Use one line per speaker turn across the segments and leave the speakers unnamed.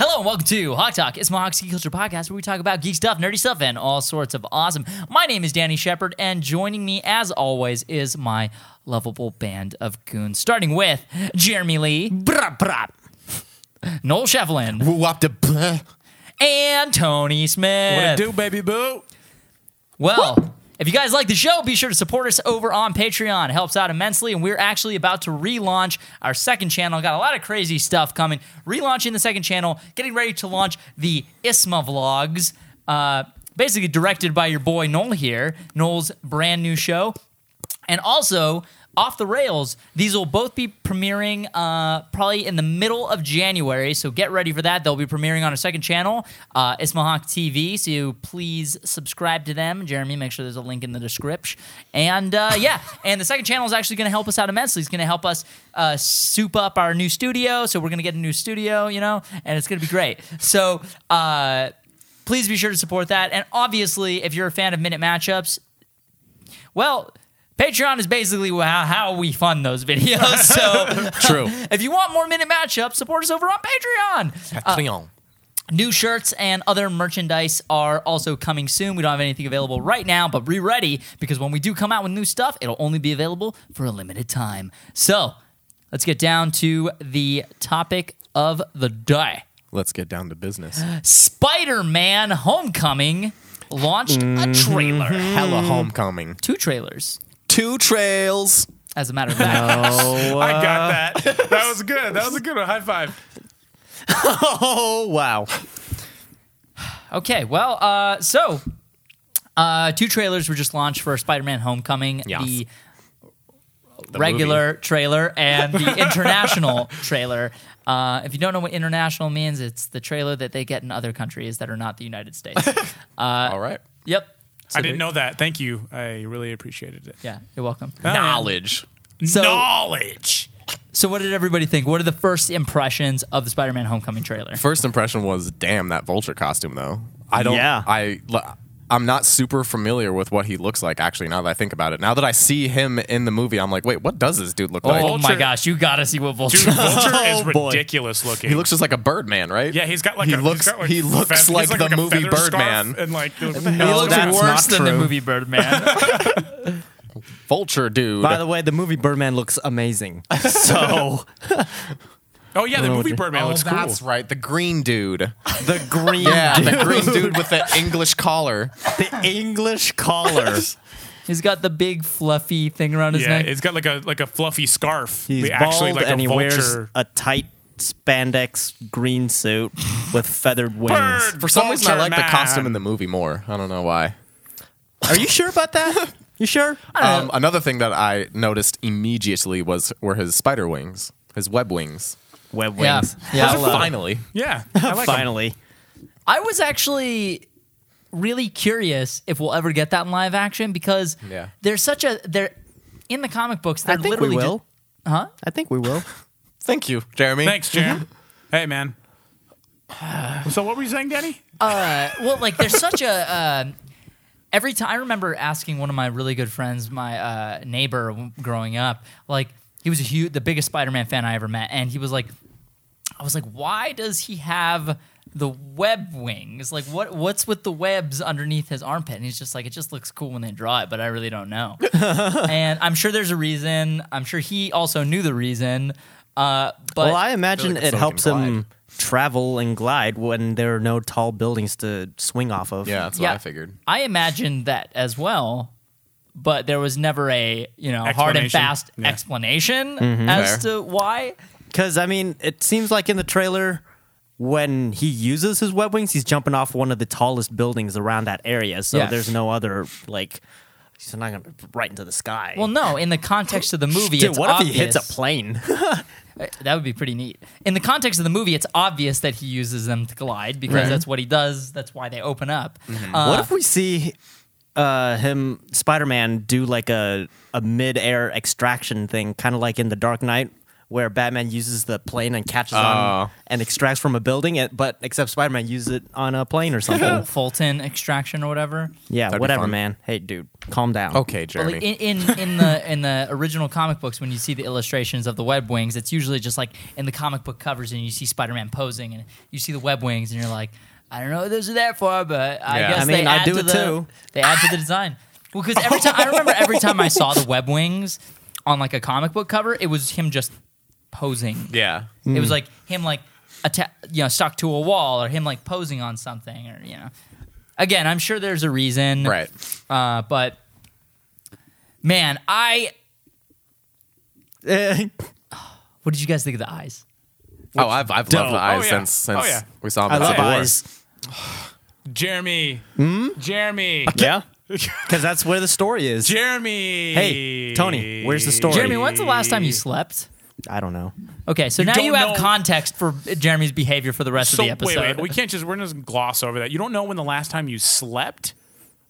Welcome to Hawk Talk. It's Mohawk's Geek Culture Podcast where we talk about geek stuff, nerdy stuff, and all sorts of awesome. My name is Danny Shepard, and joining me, as always, is my lovable band of goons, starting with Jeremy Lee,
Brap, brap.
Noel Shevlin,
Woo up the bleh.
and Tony Smith.
baby boo?
Well, if you guys like the show, be sure to support us over on Patreon. It helps out immensely, and we're actually about to relaunch our second channel. Got a lot of crazy stuff coming. Relaunching the second channel, getting ready to launch the ISMA vlogs, uh, basically directed by your boy Noel here, Noel's brand new show. And also, off the rails, these will both be premiering uh, probably in the middle of January. So get ready for that. They'll be premiering on our second channel, uh, It's Mohawk TV. So please subscribe to them. Jeremy, make sure there's a link in the description. And uh, yeah, and the second channel is actually going to help us out immensely. It's going to help us uh, soup up our new studio. So we're going to get a new studio, you know, and it's going to be great. So, uh, Please be sure to support that. And obviously, if you're a fan of minute matchups, well, Patreon is basically how, how we fund those videos. So
True.
if you want more minute matchups, support us over on Patreon.
Patreon.
New shirts and other merchandise are also coming soon. We don't have anything available right now, but be ready because when we do come out with new stuff, it'll only be available for a limited time. So let's get down to the topic of the day.
Let's get down to business.
Spider-Man Homecoming launched a trailer.
Hella homecoming.
Two trailers,
Two trails.
as a matter of fact.
I got that. Uh, That was good. That was a good one. High five.
Oh wow.
Okay, well, uh, so uh, two trailers were just launched for Spider-Man Homecoming,
Yes.
the regular trailer and the international trailer. Uh, if you don't know what international means, it's the trailer that they get in other countries that are not the United States.
Uh, All right.
yep. So
I didn't
there-
know that. Thank you. I really appreciated it.
Yeah, you're welcome.
Oh,
Knowledge.
So-
Knowledge.
So, what did everybody think? What are the first impressions of the Spider-Man Homecoming trailer?
First impression was damn that vulture costume though. I don't
Yeah.
I l- I'm not super familiar with what he looks like actually now that I think about it. Now that I see him in the movie, I'm like, "Wait, what does this dude look like?"
Oh my
Vulture-
gosh, you gotta see what Vulture.
Dude, Vulture is
boy.
ridiculous looking.
Oh, He looks just like a Birdman, right?
Yeah, he's got like
he
a, he's
looks
got, like,
he
fe-
looks
he's
like, the
a
movie
feather scarf
Birdman.
And like, what the
he
hell?
looks
that's
worse
not
than the
true.
movie Birdman.
Vulture dude.
By the way, the movie Birdman looks amazing. So
oh yeah, the movie Birdman
oh,
looks cool.
that's right. The green dude.
the green,
Yeah,
dude,
the green dude with the English collar.
the English collar.
He's got the big fluffy thing around his
Yeah,
neck.
it's got like a like a fluffy scarf.
He's
They
bald
actually like
and
a
he wears
vulture.
a tight spandex green suit with feathered wings.
Bird
For some reason, I
vulture
like the costume
man.
in the movie more. I don't know why.
Are you sure about that? You sure?
Um, another thing that I noticed immediately was were his spider wings, his web wings.
Web
Yeah.
wings.
Yeah.
Those are finally.
Yeah, I like it.
Finally.
I was actually really curious if we'll ever get that in live action because
Yeah.
there's such a they're in the comic books. They're
I think we
literally
will.
ju- huh?
I think we will.
Thank you, Jeremy.
Thanks, Jam.
Mm-hmm.
Hey, man. So what were you saying, Danny?
Uh, well, like there's such a. um every time I remember asking one of my really good friends, my uh, neighbor w- growing up, like he was a huge, the biggest Spider-Man fan I ever met, and he was like, I was like, why does he have the web wings? Like, what what's with the webs underneath his armpit? And he's just like, it just looks cool when they draw it, but I really don't know. and I'm sure there's a reason. I'm sure he also knew the reason. Uh, but
well, I imagine
like
it
so
helps
can
him travel and glide when there are no tall buildings to swing off of.
Yeah, that's what I figured.
I imagined that as well, but there was never a you know hard and
Explanation.
fast
Yeah.
explanation
Mm-hmm.
as
Fair.
to why.
Because, I mean, it seems like in the trailer, when he uses his web wings, he's jumping off one of the tallest buildings around that area. So
Yeah.
there's no other, like, he's not going to right into the sky.
Well, no, in the context of the movie,
Dude,
it's
what if he hits a
obvious-
plane?
That would be pretty neat. In the context of the movie, it's obvious that he uses them to glide because
Right.
that's what he does. That's why they open up.
Mm-hmm.
Uh,
what if we see uh, him, Spider Man, do like a, a mid air extraction thing, kind of like in The Dark Knight? where Batman uses the plane and catches on
Oh.
and extracts from a building, and, but except Spider Man uses it on a plane or
Ful-
something.
Fulton extraction or whatever.
yeah,
That'd be
whatever,
fun.
man. Hey, dude, calm down.
Okay,
But
Jeremy.
like in, in, in the in the original comic books, when you see the illustrations of the web wings, it's usually just like in the comic book covers, and you see Spider-Man posing, and you see the web wings, and you're like, I don't know what those are there for, but I
Yeah.
guess
I
they
mean, I
add
do
to
it
the,
too.
They add to the design. Well, because every time I remember every time I saw the web wings on like a comic book cover, it was him just posing.
yeah.
It
Mm.
was like him like atta- you know stuck to a wall or him like posing on something or you know. Again, I'm sure there's a reason.
Right.
Uh, but man, I
Eh,
what did you guys think of the eyes?
Oh, I've I've
Dope.
loved the eyes
Oh, yeah.
since since
Oh, yeah.
we saw. Him
I
at
love
Civil War.
eyes.
Jeremy.
Hmm?
Jeremy.
Yeah, because that's where the story is.
Jeremy.
Hey, Tony, where's the story?
Jeremy, when's the last time you slept?
I don't know.
Okay, so now
don't
you have
know-
context for Jeremy's behavior for the rest
So
of the episode.
wait, wait, we can't just we're just gonna gloss over that. You don't know when the last time you slept.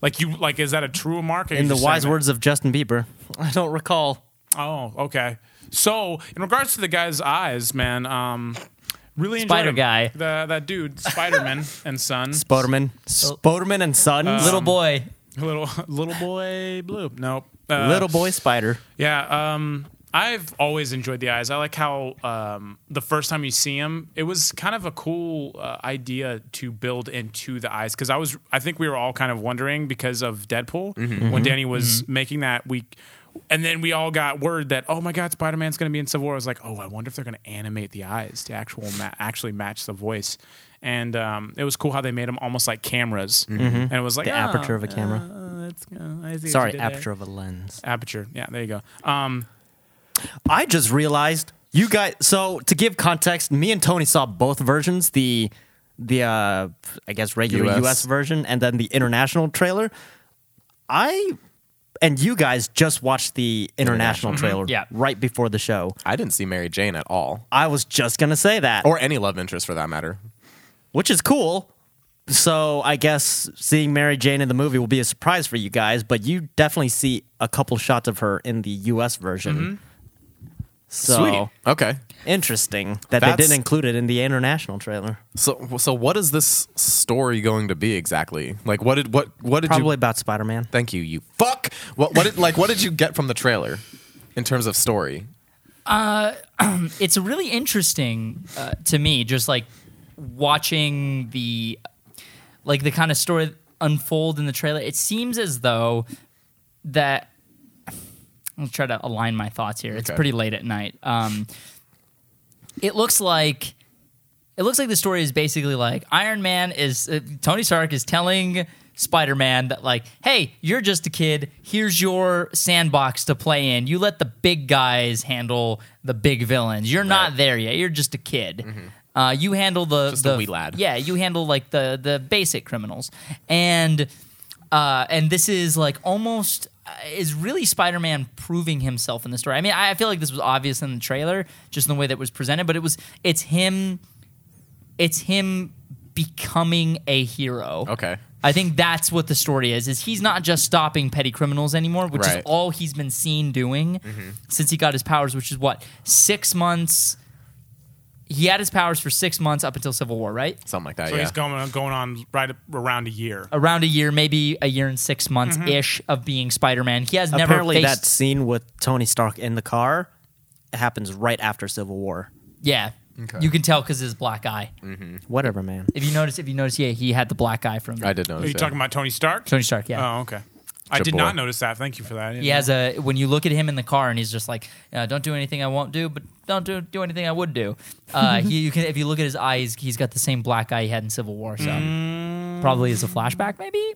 Like you like is that a true remark? or you
In the
just
wise
saying that-
words of Justin Bieber, I don't recall.
Oh, okay. So in regards to the guy's eyes, man, um, really enjoyed
Spider
him.
guy.
the that dude Spiderman and son,
Spoderman, Spoderman and Son,
Little boy,
little little boy blue. Nope. Uh,
little boy spider.
Yeah, um, I've always enjoyed the eyes. I like how um, the first time you see him, it was kind of a cool uh, idea to build into the eyes because I was, I think we were all kind of wondering because of Deadpool
Mm-hmm.
when Danny was making that week. And then we all got word that oh my god, Spider Man's going to be in Civil War. I was like, oh, I wonder if they're going to animate the eyes to actual ma- actually match the voice. And um, it was cool how they made them almost like cameras, and it was like
Mm-hmm. The
"Ah,
aperture of a camera.
uh, that's- uh, I see what you
Sorry,
did there."
aperture of a lens.
aperture. Yeah, there you go. Um,
I just realized you guys. So to give context, me and Tony saw both versions. The the uh, I guess regular
US.
US. version, and then the international trailer. I and you guys just watched the international trailer
Yeah.
right before the show.
I didn't see Mary Jane at all,
I was just gonna say that,
or any love interest for that matter.
which is cool. So I guess seeing Mary Jane in the movie will be a surprise for you guys, but you definitely see a couple shots of her in the U.S. version. So
Okay.
interesting that
That's-
they didn't include it in the international trailer.
So so what is this story going to be exactly? Like what did what what did
Probably
you?
about Spider Man.
Thank you. You fuck. What what did like what did you get from the trailer in terms of story?
it's really interesting uh, to me just like watching the like the kind of story unfold in the trailer it seems as though that i'll try to align my thoughts here it's
Okay.
pretty late at night um, it looks like it looks like the story is basically like Iron Man is uh, Tony Stark is telling Spider Man that like, hey, you're just a kid. Here's your sandbox to play in. You let the big guys handle the big villains. You're not there yet. You're just a kid. Uh, you handle the
Mm-hmm. Just a
the
wee lad.
Yeah, you handle like the the basic criminals and. Uh, and this is like almost uh, is really Spider-Man proving himself in the story. I mean, I I feel like this was obvious in the trailer, just in the way that it was presented. But it was it's him it's him becoming a hero.
Okay.
I think that's what the story is. Is he's not just stopping petty criminals anymore, which is
Right. Mm-hmm.
all he's been seen doing since he got his powers, which is what six months. He had his powers for six months up until Civil War, right?
Something like that.
So
yeah.
he's going uh, going on right around a year.
Around a year, maybe a year and six months ish of being Spider-Man. He has never
Apparently,
faced,
that scene with Tony Stark in the car happens right after Civil War.
yeah. You can tell because his black eye.
Mm.
Whatever, man.
If you notice, if you notice, yeah, he had the black eye from
I did notice.
Are you
yeah.
talking about Tony Stark?
Oh, Tony Stark. Yeah,
Oh, okay. I
Your
did
boy.
not notice that. Thank you for that. I didn't
he has a when you look at him in the car and he's just like uh, don't do anything i won't do but don't do, do anything i would do uh, he, you can if you look at his eyes he's got the same black eye he had in civil war so probably is a flashback maybe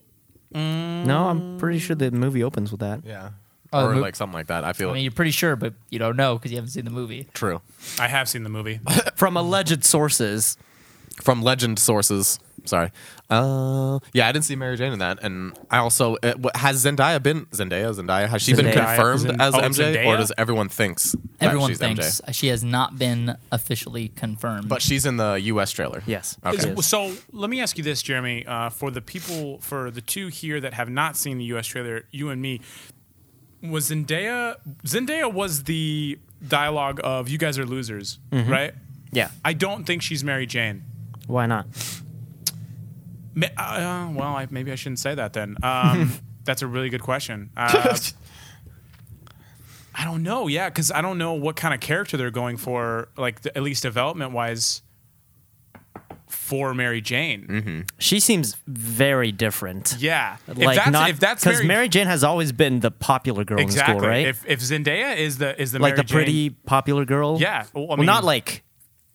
No, I'm pretty sure the movie opens with that.
Yeah.
Oh, the
or
mo-
like something like that. I feel
i mean you're pretty sure but you don't know because you haven't seen the movie
true.
know. I have seen the movie.
From alleged sources.
from legend sources. Sorry. Uh, yeah, I didn't see Mary Jane in that, and I also uh, wh- has Zendaya been Zendaya? Zendaya has she been
Zendaya.
confirmed
Zend-
as
oh,
MJ, or
Zendaya?
does everyone thinks that
everyone
she's
thinks
MJ?
she has not been officially confirmed
But she's in the U.S. trailer.
Yes.
Okay.
Yes.
so let me ask you this, Jeremy. Uh, for the people, for the two here that have not seen the U.S. trailer, you and me, was Zendaya? Zendaya was the dialogue of "You guys are losers,"
Mm-hmm.
right?
Yeah.
I don't think she's Mary Jane.
Why not?
Ma- uh, well, I, maybe I shouldn't say that then. Um, that's a really good question. Uh, I don't know. Yeah, because I don't know what kind of character they're going for, like th- at least development wise, for Mary Jane.
Mm-hmm.
She seems very different.
Yeah, if
Like
that's
not
if that's
because Mary Jane has always been the popular girl
exactly.
in school, right?
If if Zendaya is the is the
like
Mary
the pretty
Jane,
popular girl.
yeah, well, I
Well,
mean,
not like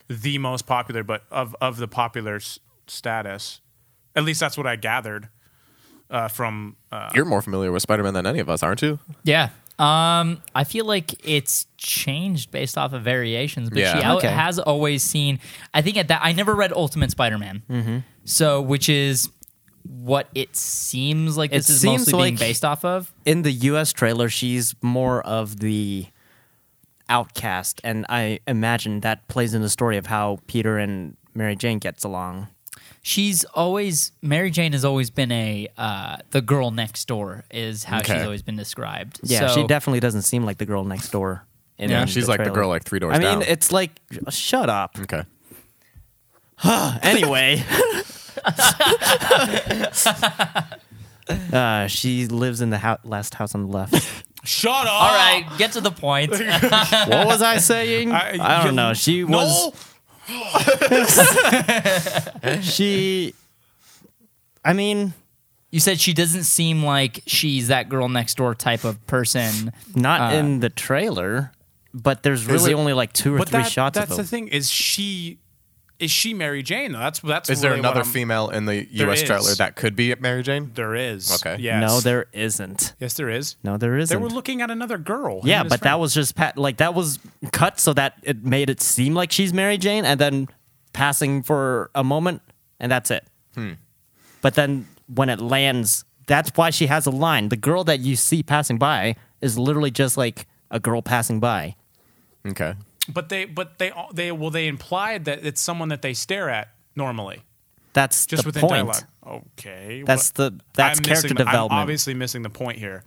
the most popular, but of of the popular s- status, at least that's what I gathered uh, from. Uh,
You're more familiar with Spider Man than any of us, aren't you?
Yeah. Um, I feel like it's changed based off of variations, but she
Yeah.
al-
Okay.
has always seen. I think at that I never read Ultimate Spider-Man,
Mm-hmm.
so which is what it seems like this is
seems
mostly being
like-
based off of.
in the U.S. trailer, she's more of the outcast, and I imagine that plays in the story of how Peter and Mary Jane gets along.
She's always Mary Jane has always been a uh, the girl next door is how she's
Okay.
always been described.
Yeah,
So-
she definitely doesn't seem like the girl next door. in
Yeah,
She's like the
trailer.
girl like three doors
I mean,
down. Mm.
it's like shut up.
okay.
anyway. uh, she lives in the hou- last house on the left.
Shut up!
All right, get to the point.
what was I saying?
I-
I, don't know. She
No.
was. She. I mean,
you said she doesn't seem like she's that girl next door type of person.
not
Uh,
in the trailer, but there's really
it-
only like two or
but
three
that,
shots
that's
of
the
them.
thing is she is she Mary Jane though? That's that's
Is there
really what
another
I'm-
female in the
There
U.S. trailer
is.
that could be Mary Jane?
There is.
Okay.
Yes.
No, there isn't.
Yes, there is.
No, there
They
isn't.
were looking at another girl. him
yeah,
and his
but that
friend.
was just pat- like that was cut so that it made it seem like she's Mary Jane, and then passing for a moment, and that's it.
Hmm.
But then when it lands, that's why she has a line. The girl that you see passing by is literally just like a girl passing by.
Okay.
But they, but they, all- they well, they implied that it's someone that they stare at normally,
That's
just
the
within
point.
dialogue. Okay.
That's the that's
I'm
character
missing the-
development.
I'm obviously missing the point here.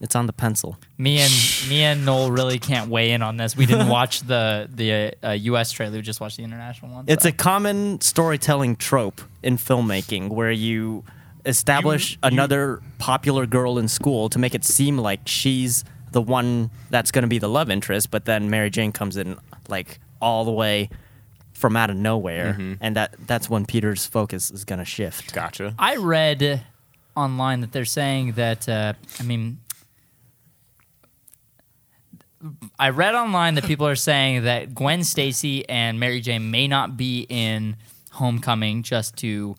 it's on the pencil.
Me and me and Noel really can't weigh in on this. We didn't watch the the uh, U.S. trailer. We just watched the international one.
It's
so.
a common storytelling trope in filmmaking where you establish
You- you-
another popular girl in school to make it seem like she's the one that's going to be the love interest, but then Mary Jane comes in like all the way from out of nowhere, and that that's when Peter's focus is going to shift.
Gotcha.
I read online that they're saying that. Uh, I mean, I read online that people are saying that Gwen Stacy and Mary Jane may not be in Homecoming just to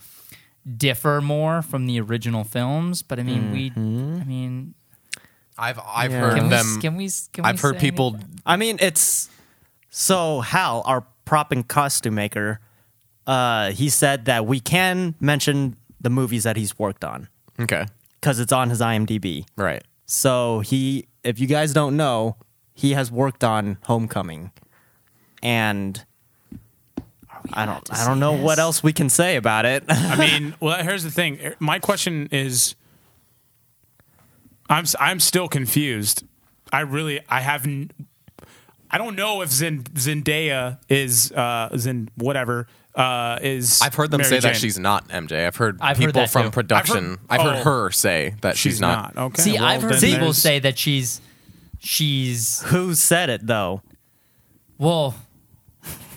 differ more from the original films. But I mean, we. I mean,
I've I've
Yeah.
heard
can we,
them.
can we? Can we
I've heard
say
people.
I mean, it's so Hal, our prop and costume maker, uh, he said that we can mention the movies that he's worked on
Okay.
because it's on his IMDb.
Right.
So he, if you guys don't know, he has worked on Homecoming, and I don't, I don't know what else we can say about it.
I mean, well, here's the thing. My question is, I'm s- I'm still confused. I really I haven't. I don't know if Zend, Zendaya is uh Zend whatever uh is.
I've heard them
Mary
say that
Jane.
she's not MJ. I've heard
I've heard
people
that
from
too.
production.
I've
I've
heard- Oh.
heard, her say that she's,
She's not. Okay.
See,
well,
I've heard
then
people
there's-
say that she's she's
Who said it though?
Well,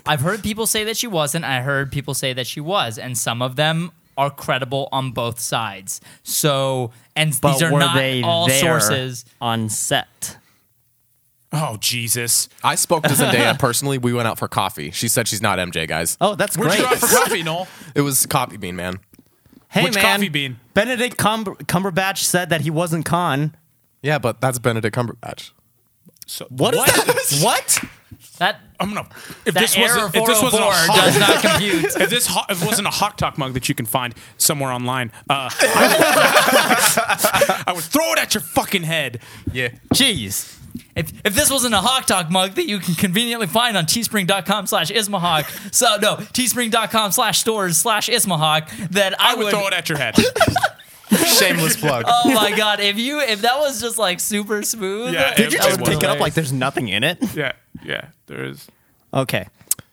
I've heard people say that she wasn't. I heard people say that she was, and some of them are credible on both sides. So, and
But
these are
were
not
they
all
there
sources.
on set?
Oh Jesus!
I spoke to Zendaya personally. We went out for coffee. She said she's not MJ, guys.
Oh, that's
Where'd
great.
you go out for coffee, Noel?
It was Coffee Bean, man.
Hey
Which
man,
coffee bean?
Benedict Cum- Cumberbatch said that he wasn't con.
Yeah, but that's Benedict Cumberbatch.
So,
What is that? what?
That
I'm gonna. If
that
this
error
wasn't, if this wasn't a
404
hot,
does not compute.
if this ho- if it wasn't a hot talk mug that you can find somewhere online, uh, I would throw it at your fucking head.
Yeah.
Jeez.
If, if this wasn't a Hawk Talk mug that you can conveniently find on teespring.com slash ismahawk, so no, teespring.com slash stores slash ismahawk, then I,
I would throw it at your head.
Shameless plug.
Oh my god! If you if that was just like super smooth,
Yeah,
that
Did
You
It
just
was
pick it up
hilarious.
like there's nothing in it.
yeah. Yeah, there is.
Okay.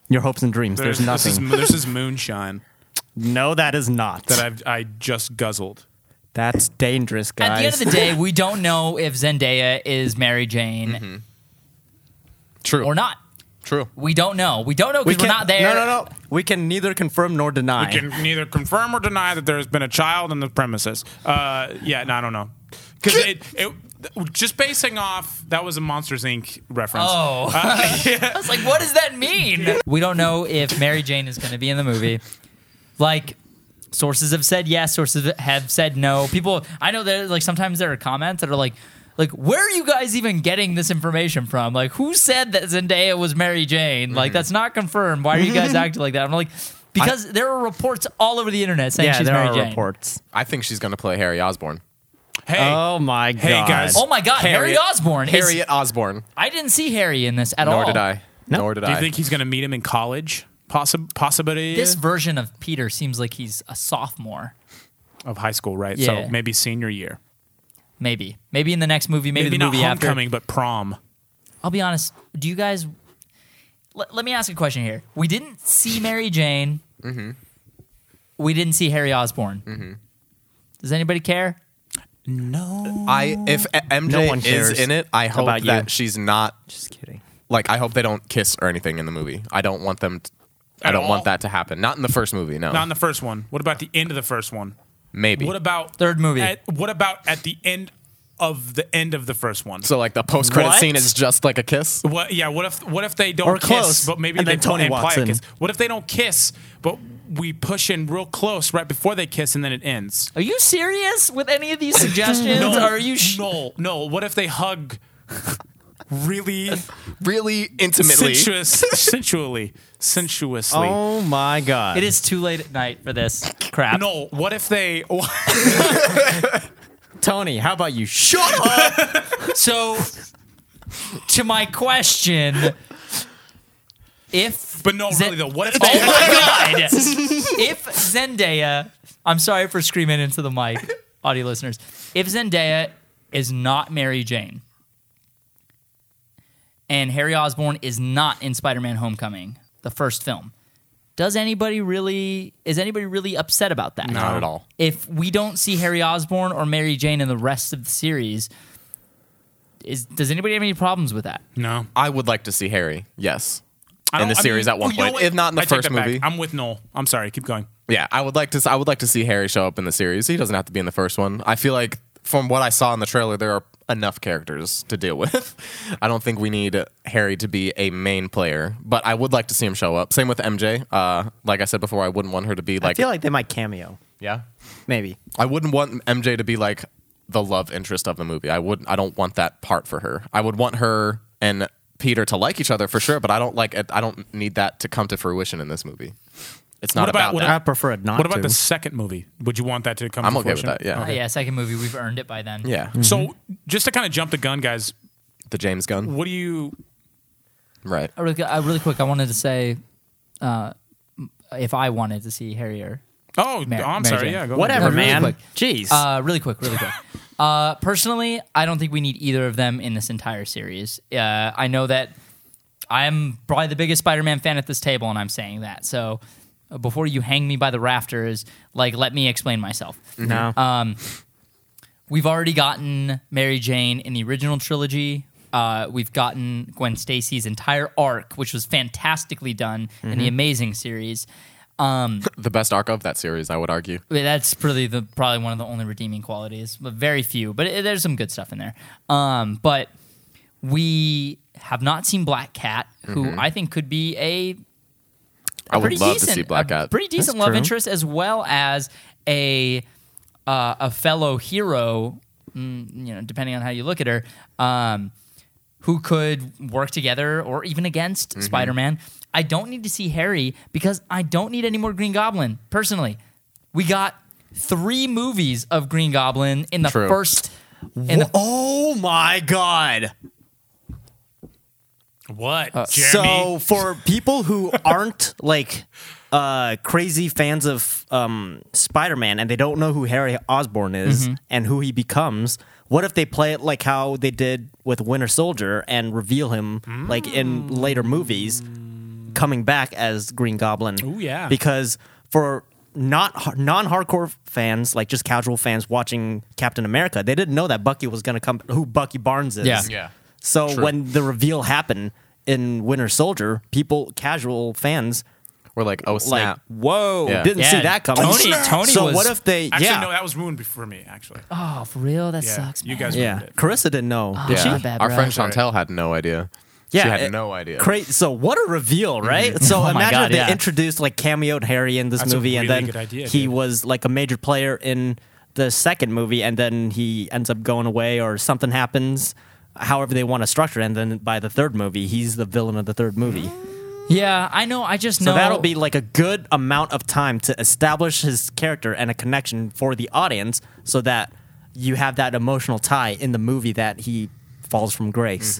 Your hopes and dreams.
There's,
There's,
this is-
nothing.
This is, moonshine
no, that is not.
that I've I just guzzled.
That's dangerous, guys.
At the end of the day, we don't know if Zendaya is Mary Jane
True.
or not.
True.
We don't know. We don't know because we are
can-
not there.
No, no, no. We can neither confirm nor deny.
I can neither confirm or deny that there has been a child on the premises. Uh, yeah, no, I don't know. Because it, it, just basing off that was a Monsters Inc. reference.
Oh. I was like, what does that mean? We don't know if Mary Jane is going to be in the movie. Like, sources have said yes, sources have said no. People, I know that, like, sometimes there are comments that are like, like, where are you guys even getting this information from? Like, who said that Zendaya was Mary Jane? Like, that's not confirmed. Why are you guys acting like that? I'm like, because there are reports all over the internet saying
yeah,
she's
there
Mary
are
Jane.
reports.
I think she's gonna play Harry Osborn.
Hey,
oh my
Hey,
god.
guys.
Oh my God, Harry
Harriet-
Osborne. Harry,
Harriet Osborn.
I didn't see Harry in this at all.
Nor did I.
No.
Nor did
do you
I.
think he's going to meet him in college? Possib- possibility
This version of Peter seems like he's a sophomore.
of high school, right?
Yeah.
So maybe senior year.
Maybe. Maybe in the next movie, maybe,
Maybe,
the
not
movie
homecoming, but prom.
after. I'll be honest. Do you guys. Let, let me ask a question here. We didn't see Mary Jane. Mm-hmm. We didn't see Harry Osborne. Mm-hmm. Does anybody care?
No.
I if a- MJ
No one
is
cares
in it, I hope
about
that
you.
she's not
Just kidding.
like I hope they don't kiss or anything in the movie. I don't want them. To, I
At
don't want
all?
that to happen. Not in the first movie. No.
Not in the first one. What about the end of the first one?
Maybe.
What about
Third movie.
At, what about at the end of the end of the first one?
so like the post credit
What?
scene is just like a kiss.
What? Yeah. What if? What if they don't
Or
kiss?
close,
But maybe
and
they
then Tony
imply a
Watson.
kiss. What if they don't kiss? But we push in real close right before they kiss, and then it ends.
Are you serious with any of these suggestions?
No.
Are you. Sh-
no. No. What if they hug? Really
Really intimately.
sensuous, sensually, sensuously.
Oh my god.
It is too late at night for this crap.
No. What if they?
Tony, how about you shut up?
So, to my question, if.
But no,
Zen-
really though. What if
Oh
they?
my god! if Zendaya, I'm sorry for screaming into the mic, audio listeners. If Zendaya is not Mary Jane, and Harry Osborn is not in Spider-Man: Homecoming, the first film, does anybody really is anybody really upset about that?
Not at all.
If we don't see Harry Osborn or Mary Jane in the rest of the series, is does anybody have any problems with that?
No.
I would like to see Harry. Yes.
I
In
don't-
the series at one
you know
point,
what?
if not in the
I take
first
that back.
movie.
I'm with Noel. I'm sorry. Keep going.
Yeah, I would like to. I would like to see Harry show up in the series. He doesn't have to be in the first one. I feel like from what I saw in the trailer, there are enough characters to deal with. I don't think we need Harry to be a main player, but I would like to see him show up. Same with MJ. Uh, like I said before, I wouldn't want her to be
I
like.
feel like they might cameo.
yeah,
Maybe.
I wouldn't want MJ to be like the love interest of the movie. I would. I don't want that part for her. I would want her and Peter to like each other for sure, but I don't like. it- I don't need that to come to fruition in this movie. It's not
What about-
about,
what
that.
I prefer it not
What about
to.
the second movie? Would you want that to come?
I'm
to
okay with
fruition?
that, yeah.
Oh, yeah, second movie, we've earned it by then.
yeah,
So just to kind of jump the gun, guys,
the James Gunn.
what do you?
Right.
Uh, really, uh, really quick, I wanted to say uh, if I wanted to see Harrier.
Oh,
Mar-
I'm
Mary
sorry.
Jane.
Yeah, go
Whatever,
No, really
man.
quick.
Jeez.
Uh, really quick, really quick. Uh, personally, I don't think we need either of them in this entire series. Uh, I know that I am probably the biggest Spider-Man fan at this table, and I'm saying that. So uh, before you hang me by the rafters, like let me explain myself.
no.
We've already gotten Mary Jane in the original trilogy. Uh, we've gotten Gwen Stacy's entire arc, which was fantastically done in the Amazing series.
The best arc of that series, I would argue.
I mean, That's probably the probably one of the only redeeming qualities, but very few. But it, there's some good stuff in there. Um, but we have not seen Black Cat, who I think could be a
I would
pretty
love
decent,
to see Black
a
Cat.
pretty decent
That's
love
true.
interest, as well as a uh, a fellow hero. mm, You know, depending on how you look at her, um, who could work together or even against
Mm-hmm.
Spider-Man. I don't need to see Harry because I don't need any more Green Goblin. Personally, we got three movies of Green Goblin in the
True.
first. In the,
oh my god.
What? Uh,
So for people who aren't like uh, crazy fans of um, Spider-Man and they don't know who Harry Osborn is
Mm-hmm.
and who he becomes, what if they play it like how they did with Winter Soldier and reveal him like in
Mm.
later movies coming back as Green Goblin?
Ooh, yeah.
Because for not non-hardcore fans, like just casual fans watching Captain America, they didn't know that Bucky was going to come who Bucky Barnes is.
Yeah.
Yeah.
So
True.
when the reveal happened in Winter Soldier, people, casual fans,
We're like, oh
like,
snap.
whoa,
Yeah.
didn't see
Yeah,
that coming.
Tony- Tony
so
was-
what if they?
Actually,
yeah,
no, that was ruined for me. Actually,
Oh, for real? That
yeah,
sucks.
you
man.
guys
yeah.
ruined it.
Carissa didn't know. did
Yeah.
she?
My oh, bad,
Our
bro.
friend
Sorry.
Chantel had no idea.
Yeah,
she had
it-
no idea.
Great. So what a reveal, right? So
my
imagine
God,
if they
yeah.
introduced like cameoed Harry in this
That's a
movie, and
really
then
good idea,
he
dude.
was like a major player in the second movie, and then he ends up going away or something happens. However, they want to structure, it, and then by the third movie, he's the villain of the third movie.
Yeah, I know. I just
So
know
that'll be like a good amount of time to establish his character and a connection for the audience so that you have that emotional tie in the movie that he falls from grace.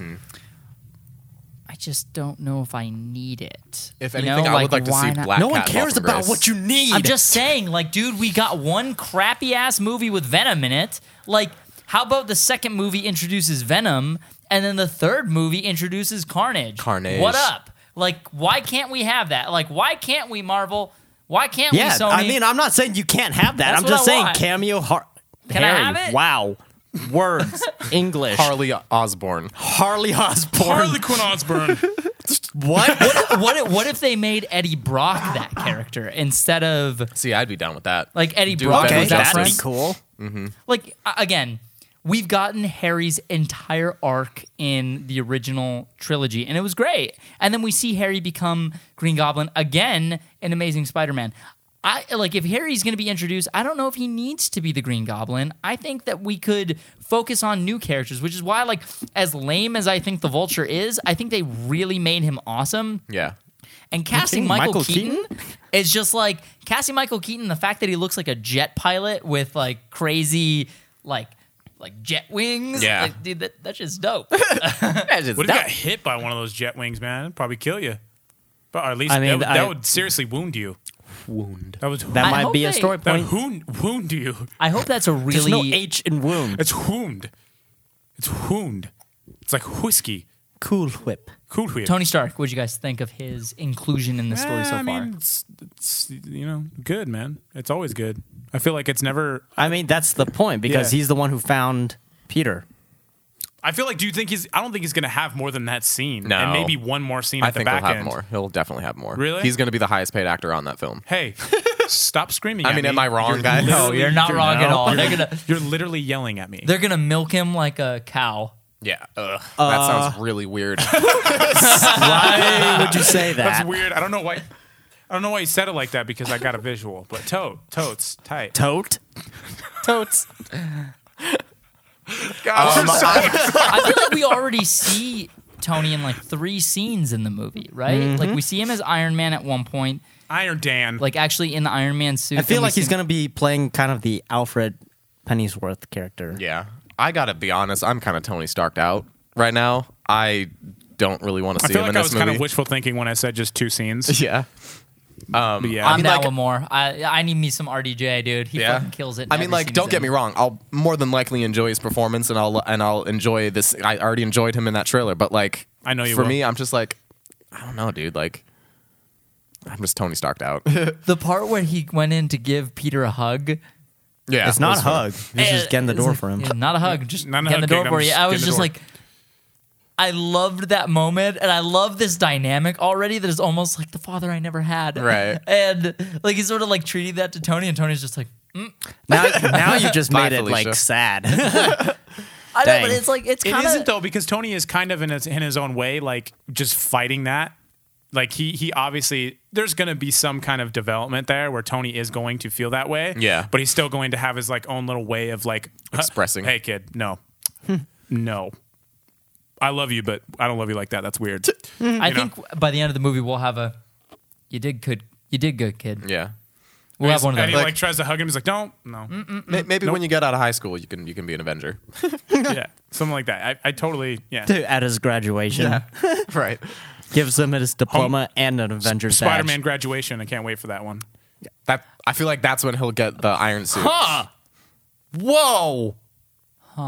I just don't know if I need it.
If
You
anything,
know,
I would like to
why
see
not?
Black
No one
Cat
cares
Lawson
about
Grace.
what you need.
I'm just saying, like, dude, we got one crappy ass movie with Venom in it. Like, how about the second movie introduces Venom and then the third movie introduces Carnage?
Carnage.
What up? Like, why can't we have that? Like, why can't we Marvel? Why can't
Yeah,
we Sony?
I mean, I'm not saying you can't have that.
That's
I'm
what
just
I
saying
want.
cameo har-
Can I
Harry.
have it?
Wow. Words, English,
Harley Osborne.
Harley Osborn.
Harley Quinn Osborn.
what, what, what, what if they made Eddie Brock that character instead of
See, I'd be down with that.
like Eddie
Do
Brock?
better
okay,
was that
justice.
that'd
friend?
be cool.
like a- again we've gotten harry's entire arc in the original trilogy and it was great and then we see harry become green goblin again in amazing spider-man I, like if Harry's going to be introduced, I don't know if he needs to be the Green Goblin. I think that we could focus on new characters, which is why, like, as lame as I think the Vulture is, I think they really made him awesome.
Yeah.
And casting
kidding?
Michael,
Michael
Keaton, is just like casting Michael Keaton. The fact that he looks like a jet pilot with like crazy, like like jet wings.
Yeah.
like, dude, that that's just dope.
What if you got hit by one of those jet wings, man? It'd probably kill you. But or at least
I mean,
that, would,
I-
that would seriously wound you. Wound. That was
That
I
might
hope
be a
they-
story
that
point.
wound, wound you.
I hope that's a
There's
really
no H in wound.
It's wound. It's wound. It's like whiskey.
Cool Whip.
Cool whip.
Tony Stark. What would you guys think of his inclusion in the story
Eh,
so
I
far?
mean, it's, it's you know good, man. It's always good. I feel like it's never.
I mean, that's the point because
Yeah.
he's the one who found Peter.
I feel like. Do you think he's? I don't think he's gonna have more than that scene.
No.
and maybe one more scene
I
at the
think
back
he'll have
end.
more. He'll definitely have more.
Really?
He's going to be the highest paid actor on that film.
Hey, stop screaming!
I
at
mean,
me.
am I wrong,
You're
guys?
no,
literally-
Oh, you're not wrong at
no.
all. They're gonna
You're literally yelling at me.
they're gonna milk him like a cow.
Yeah. Ugh.
Uh,
that sounds really weird.
Why would you say that?
That's weird. I don't know why. I don't know why he said it like that because I got a visual. But tote, totes, tight.
Tote.
Totes.
God,
Um,
we're so-
I feel like we already see Tony in like three scenes in the movie, right?
Mm-hmm.
Like we see him as Iron Man at one point.
Iron Dan.
like actually in the Iron Man suit.
I feel
and we
like he's
see-
going to be playing kind of the Alfred Pennyworth character.
yeah. I got to be honest. I'm kind of Tony Starked out right now. I don't really want to
I
see
feel
him
like
in
I
this
was kind of
movie.
wishful thinking when I said just two scenes.
yeah.
But yeah,
I'm
mean,
down
like-
with more. I I need me some RDJ, dude. He fucking kills it. in
I mean,
every
like,
scene
don't
he's
get
in.
me wrong. I'll more than likely enjoy his performance, and I'll and I'll enjoy this. I already enjoyed him in that trailer, but like,
I know you
For
will.
me, I'm just like, I don't know, dude. Like, I'm just Tony Starked out.
The part where he went in to give Peter a hug.
yeah,
It's
it
not
was
a
fun.
hug. He's just getting the
It's
door
like,
for him.
yeah, not a hug, just
Not a
getting
hug
the door
kick,
for
I'm
you.
just
I was
getting the
just
door.
like, I loved that moment, and I love this dynamic already. That is almost like the father I never had.
Right.
And like he's sort of like treating that to Tony, and Tony's just like,
Now, now you just
Bye,
made it
Felicia.
like sad.
I
Dang.
know, but it's like it's
It
kind
not
of
though because Tony is kind of in his in his own way, like just fighting that. Like he he obviously there's going to be some kind of development there where Tony is going to feel that way.
Yeah.
but he's still going to have his like own little way of like huh,
Expressing.
Hey kid, no, no, I love you, but I don't love you like that. That's weird.
mm-hmm.
I
you know.
think by the end of the movie we'll have a. You did good. You did good, kid.
Yeah,
We'll have one of
and he
those.
like, tries to hug him. He's like, don't, no,
May- maybe when you get out of high school, you can you can be an Avenger.
yeah, something like that. I, I totally yeah.
At his graduation.
right.
gives him his diploma and an Avengers badge.
Spider Man graduation. I can't wait for that one.
That I feel like that's when he'll get the iron suit.
Huh. Whoa.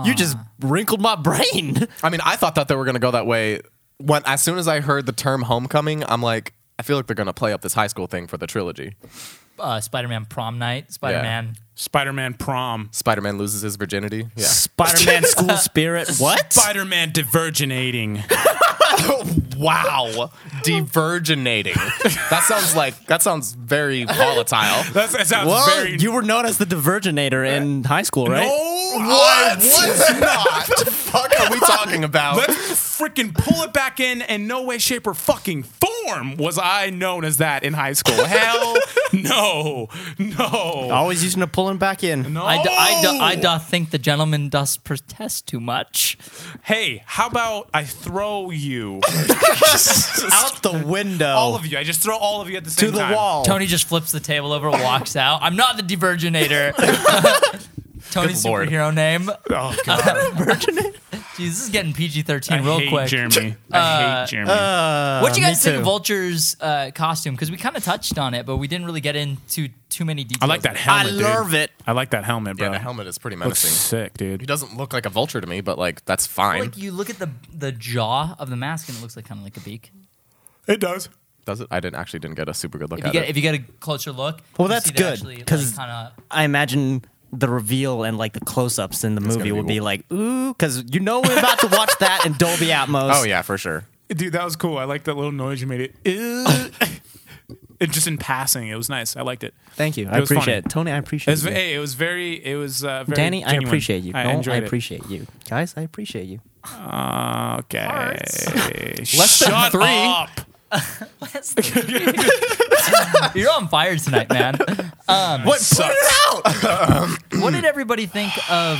You just wrinkled my brain.
I mean, I thought that they were gonna go that way. When as soon as I heard the term homecoming, I'm like, I feel like they're gonna play up this high school thing for the trilogy.
Uh, Spider Man prom night. Spider Man.
Spider Man prom.
Spider Man loses his virginity. Yeah.
Spider Man school spirit. What?
Spider Man diverginating.
wow. Diverginating. that sounds like that sounds very volatile.
That's, that sounds
Whoa,
very.
you were known as the Diverginator in high school, right?
oh,
What? What the fuck are we talking about?
Let's freaking pull it back in, and no way, shape, or fucking form was I known as that in high school. Hell no. No.
Always using to pull him back in.
No.
I, d- I, d- I
Oh!
doth think the gentleman does protest too much.
hey, how about I throw you,
Out the window.
all of you? I just throw all of you at the
to
same
the
time.
wall.
Tony just flips the table over, walks out. I'm not the diverginator. Tony's
Good lord.
superhero name.
Oh god.
Jeez, this is getting PG 13
I
Uh, real
hate
quick. Uh,
Jeremy. I hate Jeremy.
what do you
Uh, me
guys think
too.
of Vulture's uh, costume? Because we kind of touched on it, but we didn't really get into too many details.
I like that
uh, I
helmet. dude.
love it.
I like that helmet, bro.
yeah, the helmet is pretty
Looks
menacing.
sick,
He
dude.
doesn't look like a vulture to me, but like that's fine.
Like you look at the the jaw of the mask and it looks like kind of like a beak.
It does.
Does it? I didn't actually didn't get a super good look
If
at
you get
it.
if you get a closer look,
Well,
you
that's
see that
good,
actually, like,
'cause-
kinda-
I imagine the reveal and like the close-ups in the movie
gonna be
will be
cool.
like, ooh, because you know we're about to watch that in Dolby Atmos.
oh yeah, for sure.
Dude, that was cool. I like that little noise you made. It. Ew. it just in passing. It was nice. I liked it.
Thank you.
It
I
was funny.
appreciate it, Tony. I
It
appreciate
was,
you.
hey, it was very. It was uh, very.
Danny, I
genuine.
appreciate you.
I
Noel,
enjoyed
I
it.
appreciate you. Guys, I appreciate you.
Okay.
Less than
Shut
three.
up.
You're on fire tonight, man.
What put it out?
what
Hmm.
did everybody think of?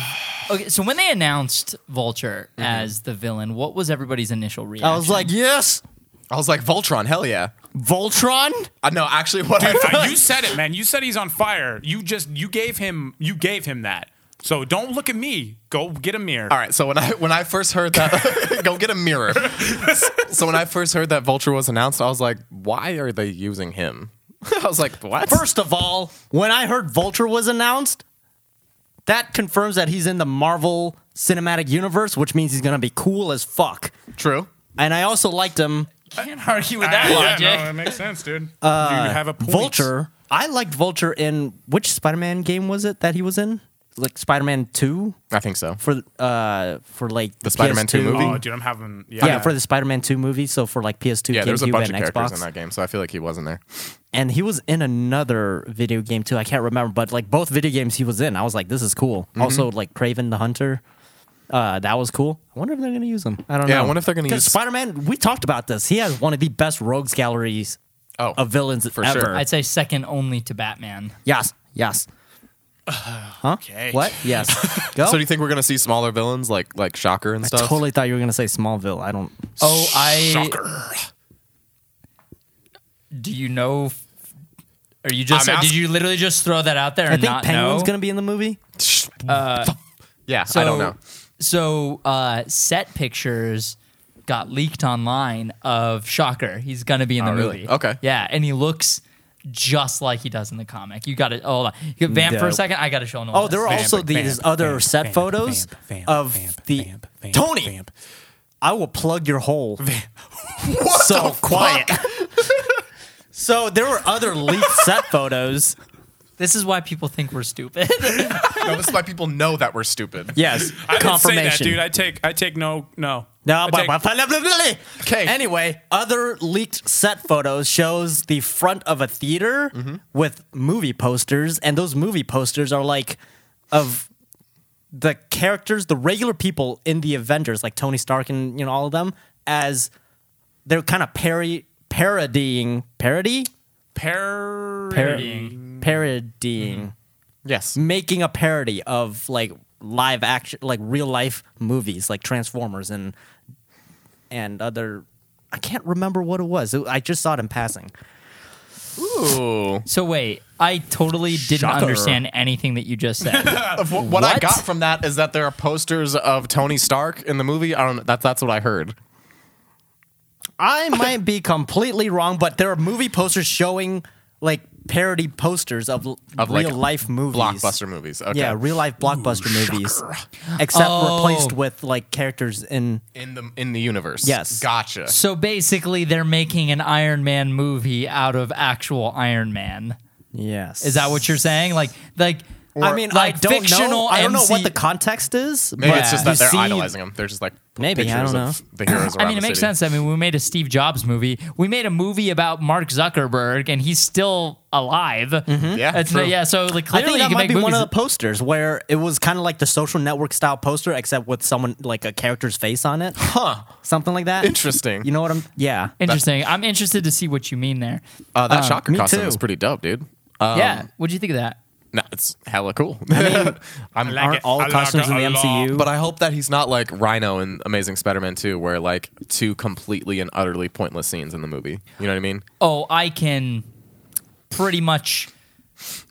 Okay, so when they announced Vulture as the villain, what was everybody's initial reaction?
Mm-hmm. I was like, yes,
I was like Voltron. Hell yeah.
Voltron.
Uh, no, actually, what I thought
Uh, you said it, man. You said he's on fire. You just you gave him you gave him that. So don't look at me. Go get a mirror.
All right, so when I when I first heard that, go get a mirror. so when I first heard that Vulture was announced, I was like, why are they using him? I was like, what?
First of all, when I heard Vulture was announced, that confirms that he's in the Marvel Cinematic Universe, which means he's gonna be cool as fuck.
true.
And I also liked him,
can't argue with
Uh,
that Uh, logic.
it makes sense, dude. you have a point.
Uh, Vulture. I liked Vulture in which Spider-Man game was it that he was in? Like Spider-Man Two
I think so.
for uh for like the
Spider-Man 2 movie?
Oh, dude, I'm having yeah.
Yeah, for the Spider-Man Two movie. So for like PS2,
Yeah, there's a
GameCube,
bunch of
and
characters
Xbox.
in that game, so I feel like he wasn't there.
and he was in another video game too. I can't remember, but like both video games he was in, I was like, this is cool. Also, like Craven the Hunter, uh, that was cool. I wonder if they're gonna use him. I don't
Yeah, I
know.
wonder if they're gonna use-
Spider Man. We talked about this. He has one of the best rogues galleries
Oh,
of villains
For
ever.
sure.
I'd say second only to Batman.
yes, yes. Huh?
okay.
What? Yes. Go.
so do you think we're gonna see smaller villains like like Shocker and
I
stuff?
totally thought you were gonna say Smallville. I don't.
Oh, I
Shocker.
do you know? f- Are you just?
I'm
did
ask-
you literally just throw that out there and
I think
not
Penguin's
know?
gonna be in the movie.
Yeah,
So,
I don't know.
So uh, set pictures got leaked online of Shocker. He's gonna be in the
Oh, really?
movie.
Okay.
Yeah, and he looks just like he does in the comic. You got to hold on. You vamp for a
Dope.
second. I got to show him.
Oh, there were
Vamp,
also these
vamp,
other
vamp,
set
vamp,
photos
vamp, vamp,
of
vamp,
the
vamp, vamp,
Tony.
vamp.
I will plug your hole.
Oh,
so quiet. so there were other leaked set photos.
This is why people think we're stupid.
No, this is why people know that we're stupid.
Yes,
I didn't say
confirmation.
that, dude. I take I take no no.
no,
I
but
take-
blah, blah, blah, blah, blah.
Okay.
Anyway, other leaked set photos shows the front of a theater
Mm-hmm.
with movie posters, and those movie posters are like of the characters, the regular people in the Avengers, like Tony Stark and you know all of them, as they're kind of parry parodying parody
Par-
parodying parodying.
Yes.
making a parody of like live action like real life movies like transformers and and other i can't remember what it was It- i just saw it in passing
Ooh.
so wait, I totally didn't
Shocker.
understand anything that you just said.
Of wh- what, I
What?
got from that is that there are posters of Tony Stark in the movie. I don't. That's that's what I heard.
I might be completely wrong, but there are movie posters showing like parody posters of, l-
Of, like,
real life movies,
Blockbuster movies. Okay.
Yeah, real life blockbuster movies, except
Oh.
replaced with like characters in.
in the in the universe.
Yes.
Gotcha.
So basically, they're making an Iron Man movie out of actual Iron Man.
Yes,
Is that what you're saying? Like, like
I mean,
like
I don't
fictional
know. I don't know
MC
what the context is.
Maybe
but
it's just
you
that they're
see-
idolizing them. They're just like p-
Maybe, I
pictures
don't
of the heroes around
I mean, it
the
makes
city.
sense. I mean, we made a Steve Jobs movie. We made a movie about Mark Zuckerberg, and he's still alive.
Yeah,
It's-
true.
yeah. So like,
Mm-hmm. I
clearly,
think
you
that
can
might
make
be
movies.
one of the posters where it was kind of like the social network style poster, except with someone like a character's face on it. Huh. Something like that.
Interesting.
You know what I'm? Yeah.
Interesting. I'm interested to see what you mean there.
Uh, that shocker
me
costume
too.
is pretty dope, dude. Um,
yeah. What do you think of that?
no, it's hella cool. I'm
like
Aren't
it
all
a lot,
costumes in the
a lot.
MCU?
But I hope that he's not like Rhino in Amazing Spider-Man 2, where like two completely and utterly pointless scenes in the movie. You know what I mean?
Oh, I can pretty much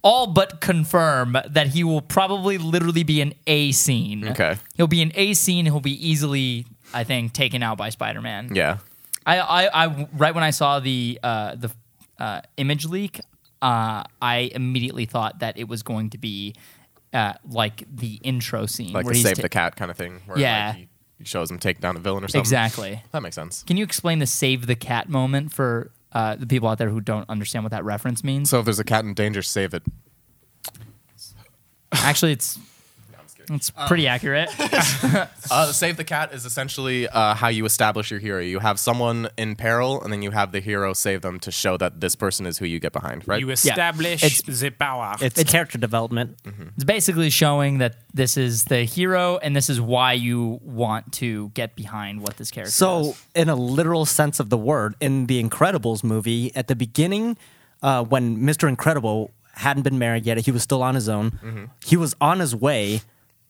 all but confirm that he will probably literally be an A scene.
Okay.
He'll be an A scene. He'll be easily, I think, taken out by Spider Man.
Yeah.
I, I, I right when I saw the uh, the uh, image leak, uh, I immediately thought that it was going to be uh, like the intro scene,
Like
where
the
he's
save
ta-
the cat kind of thing. Where,
Yeah.
Like, he- he shows him take down a villain or something.
exactly.
That makes sense.
Can you explain the save the cat moment for uh, the people out there who don't understand what that reference means?
So if there's a cat in danger, save it.
Actually, it's it's pretty accurate.
Uh, save the cat is essentially uh, how you establish your hero. You have someone in peril, and then you have the hero save them to show that this person is who you get behind, right?
You establish the power.
it's, character development.
It's basically showing that this is the hero and this is why you want to get behind what this character does.
So, in a literal sense of the word, in the Incredibles movie, at the beginning, uh, when Mr. Incredible hadn't been married yet, he was still on his own. He was on his way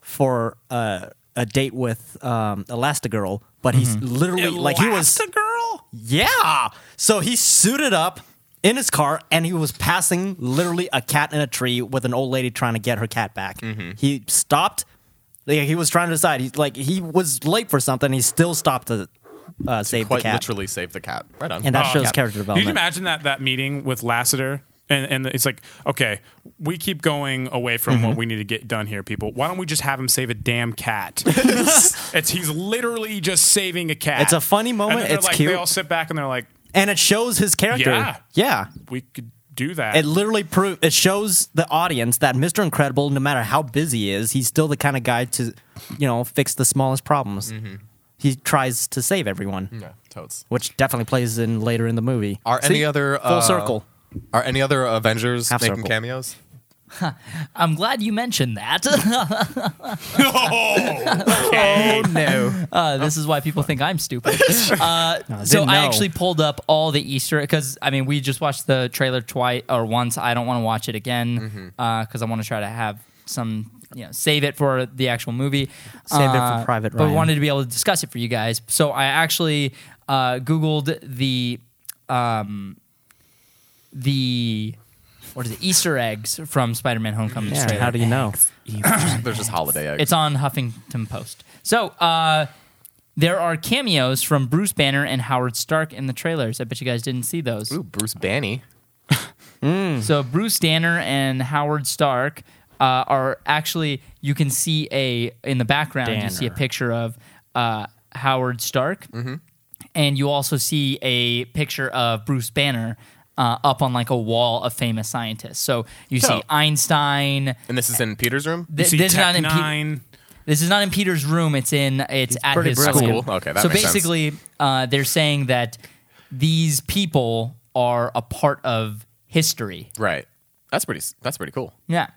for uh, a date with um, Elastigirl, but he's literally like he was
girl.
Yeah. So he suited up in his car and he was passing literally a cat in a tree with an old lady trying to get her cat back.
Mm-hmm.
He stopped. Like, he was trying to decide. He, like he was late for something. He still stopped to uh, save the
Quite
cat.
literally save the cat. Right on.
And that
Oh,
shows
yeah.
character
Can you
development.
imagine that that meeting with Lassiter? And, and it's like, okay, we keep going away from
Mm-hmm.
what we need to get done here, people. Why don't we just have him save a damn cat? it's he's literally just saving a cat.
It's a funny
And
moment.
then they're
It's
like,
cute.
They all sit back and they're like,
and it shows his character.
Yeah.
Yeah.
we could do that.
It literally proves it shows the audience that Mr. Incredible, no matter how busy he is, he's still the kind of guy to, you know, fix the smallest problems.
Mm-hmm.
He tries to save everyone.
yeah, totes.
which definitely plays in later in the movie.
Are
See?
any other
full
uh,
circle?
Are any other Avengers
Half
making
circle.
cameos?
I'm glad you mentioned that.
Oh no!
Uh, this is why people think I'm stupid. Uh, so
didn't
I
know.
actually pulled up all the Easter because I mean we just watched the trailer twice or once. I don't want to watch it again because
Mm-hmm.
I want to try to have some you know save it for the actual movie. Uh,
Save it for Private
But
Ryan.
wanted to be able to discuss it for you guys. So I actually uh, googled the um, the what is it Easter eggs from Spider-Man: Homecoming.
Yeah,
trailer.
how do you know?
There's just holiday eggs.
It's on Huffington Post. So uh, there are cameos from Bruce Banner and Howard Stark in the trailers. I bet you guys didn't see those.
Ooh, Bruce Banny.
So Bruce Banner and Howard Stark uh, are actually you can see a in the background you see a
Danner.
picture of uh, Howard Stark, and you also see a picture of Bruce Banner. Uh, up on like a wall of famous scientists, so you
So-
see Einstein.
And this is in Peter's room.
Th-
See,
this is not in
Tech
Pe-
Nine.
This is not in Peter's room. It's in it's at
pretty
his
brilliant.
school.
Okay, that
so
makes sense.
basically, Uh, they're saying that these people are a part of history.
right. That's pretty. s- That's pretty cool.
Yeah,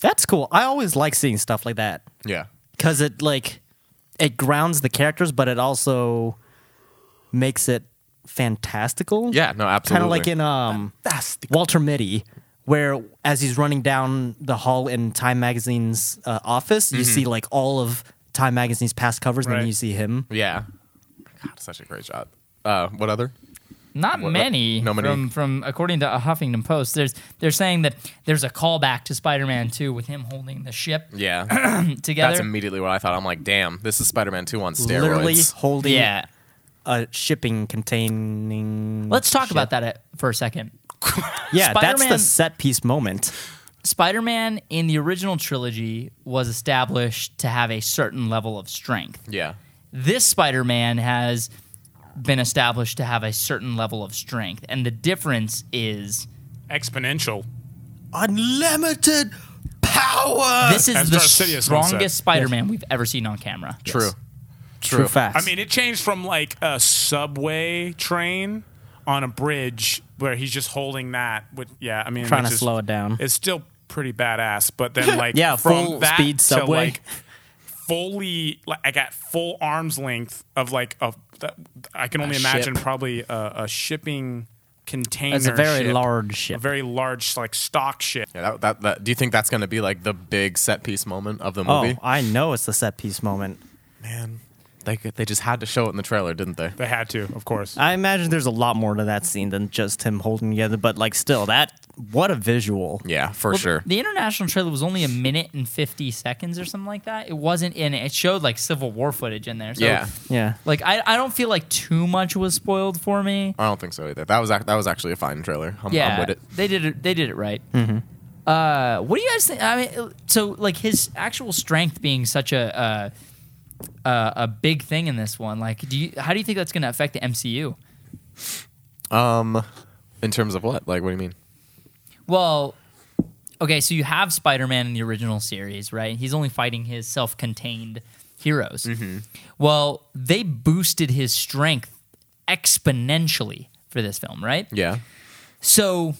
That's cool. I always like seeing stuff like that
Yeah.
because it like it grounds the characters, but it also makes it fantastical.
Yeah, no,
Kind
absolutely.
of like in um Walter Mitty, where as he's running down the hall in Time Magazine's uh, office,
Mm-hmm.
you see like all of Time Magazine's past covers, and
Right.
then you see him.
Yeah. God, such a great shot. Uh, what other?
not
What-
many.
no many.
From from according to a Huffington Post, there's they're saying that there's a callback to Spider-Man 2 with him holding the ship
Yeah.
together.
That's immediately what I thought. I'm like, damn, this is Spider-Man 2 on steroids.
Literally holding
yeah,
a shipping containing.
Let's talk about that at, for a second.
Yeah, that's
Spider-Man-
the set piece moment.
Spider-Man in the original trilogy was established to have a certain level of strength.
Yeah.
This Spider-Man has been established to have a certain level of strength, and the difference is
Exponential.
Unlimited power.
this is
As
the
Darcidius once said.
strongest Spider-Man we've ever seen on camera.
True.
True, facts.
I mean, it changed from like a subway train on a bridge where he's just holding that. With yeah, I mean,
Trying
which
to
is-
slow it down.
It's still pretty badass, but then like
Yeah,
from
full
that
speed
to,
subway.
like, fully, like I got full arms length of like a. That, I can only
A
imagine
ship.
probably a, a shipping container.
it's a very
ship,
large
a
ship.
very large like stock ship.
Yeah, that, that, that, do you think that's going to be like the big set piece moment of the
oh,
movie?
I know it's the set piece moment.
Man, they they just had to show it in the trailer, didn't they?
They had to, of course.
I imagine there's a lot more to that scene than just him holding together, but like still, that what a visual.
Yeah, for
Well,
sure.
The international trailer was only a minute and 50 seconds or something like that. It wasn't in it. showed like Civil War footage in there. So
yeah,
Yeah.
Like I, I don't feel like too much was spoiled for me.
I don't think so either. That was ac- that was actually a fine trailer. I'm,
yeah,
I'm with it. Mm-hmm.
they did it. They did it right. Uh, what do you guys think? I mean, so like his actual strength being such a uh, uh, a big thing in this one. Like, do you how do you think that's going to affect the MCU?
Um, in terms of what? Like, what do you mean?
Well, okay, so you have Spider Man in the original series, right? He's only fighting his self contained heroes.
Mm-hmm.
Well, they boosted his strength exponentially for this film, right?
Yeah.
So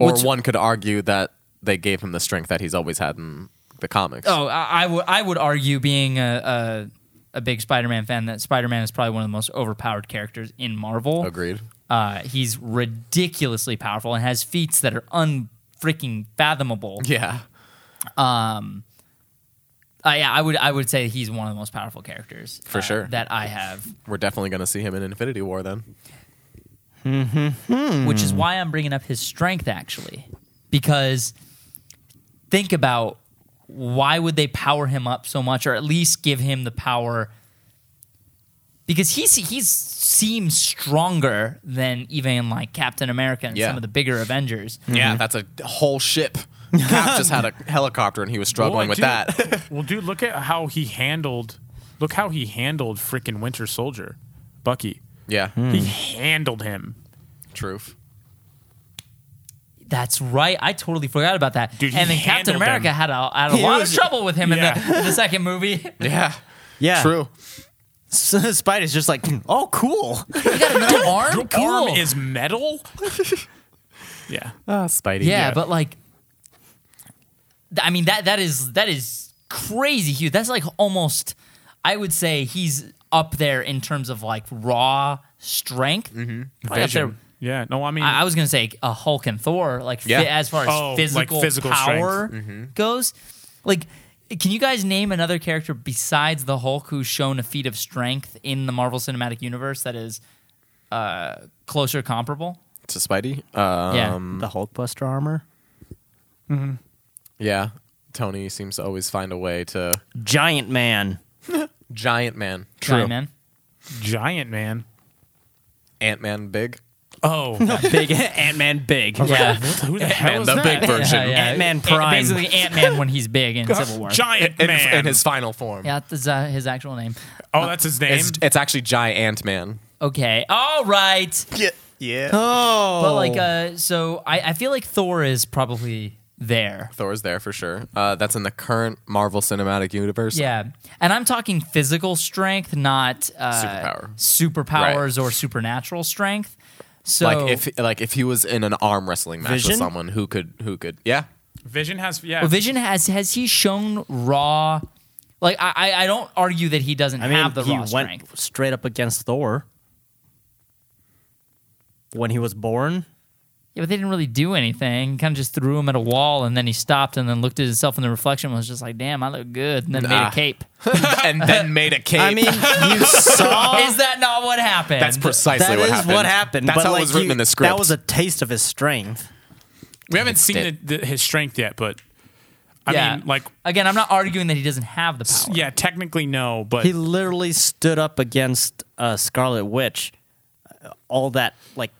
Or
What's-
one could argue that they gave him the strength that he's always had in the comics.
Oh, I, I would I would argue being a, a a big Spider-Man fan that Spider-Man is probably one of the most overpowered characters in Marvel.
Agreed.
Uh, he's ridiculously powerful and has feats that are unfreaking fathomable.
Yeah.
Uh, yeah, I would I would say he's one of the most powerful characters
For
uh,
sure.
that I have,
We're definitely going to see him in Infinity War then.
which is why I'm bringing up his strength actually, because think about why would they power him up so much, or at least give him the power because he se- he seems stronger than even like Captain America and
Yeah. Hmm.
some of the bigger Avengers.
Yeah, Mm-hmm. that's a whole ship. Cap just had a helicopter and he was struggling
Well,
with
dude-
that.
well, dude, look at how he handled. Look how he handled freaking Winter Soldier, Bucky.
yeah.
Hmm.
He handled him,
Truth.
That's right. I totally forgot about that.
Dude, he
and then Captain
handled
America
them.
had a had a
He
lot of
was-
trouble with him in, the,
Yeah.
in the second movie.
Yeah.
Yeah.
True.
Spider's just like, oh, cool.
Mm-hmm.
You got another arm?
Your
Cool.
arm is metal. yeah,
Ah, Spidey.
yeah, but like, th- I mean that that is that is crazy huge. That's like almost, I would say he's up there in terms of like raw strength.
Mm-hmm.
Probably up there.
yeah. No, I mean,
I, I was gonna say a Hulk and Thor, like fi-
Yeah. Mm-hmm.
as far as
Oh, like
physical,
physical
power goes. Like, can you guys name another character besides the Hulk who's shown a feat of strength in the Marvel Cinematic Universe that is uh, closer comparable?
To Spidey? Um,
Yeah.
yeah.
the Hulkbuster armor.
Tony seems to always find a way to.
Giant man.
Giant Man.
Giant Man.
giant man.
Ant Man Big.
Oh,
Big Ant Man big.
Yeah.
who the hell
Man,
is
the
that?
big version.
Yeah, yeah.
Ant-Man
Ant-
Prime.
basically, Ant Man when he's big in Civil War.
Giant
In,
man.
in his final form.
yeah, that's uh, his actual name.
oh, that's his name.
It's, it's actually Giant Man.
Okay, all right.
Yeah. Yeah.
Oh.
But like, uh, so I, I feel like Thor is probably there.
Thor's there for sure. Uh, that's in the current Marvel Cinematic Universe.
Yeah, and I'm talking physical strength, not uh,
Superpower.
superpowers or supernatural strength. So
Like if like if he was in an arm wrestling match
Vision?
with someone who could who could yeah
Vision has yeah.
Well, Vision has has he shown raw? Like I I- I don't argue that he doesn't
I mean,
have the
he
raw
went
strength.
straight up against Thor when he was born.
Yeah, but they didn't really do anything. Kind of just threw him at a wall, and then he stopped, and then looked at himself in the reflection, and was just like, "Damn, I look good," and then made
Nah.
a cape.
and then made a cape.
I mean, you saw
Is that not what happened?
that's precisely
that
what
is
happened.
what happened.
That's
but
how
like
it was written
you-
in the script.
That was a taste of his strength.
we haven't seen
dead.
the, the, his strength yet, but I
Yeah.
mean, like,
Again, I'm not arguing that he doesn't have the power.
yeah, technically no, but
He literally stood up against uh, Scarlet Witch. Uh, All that, like,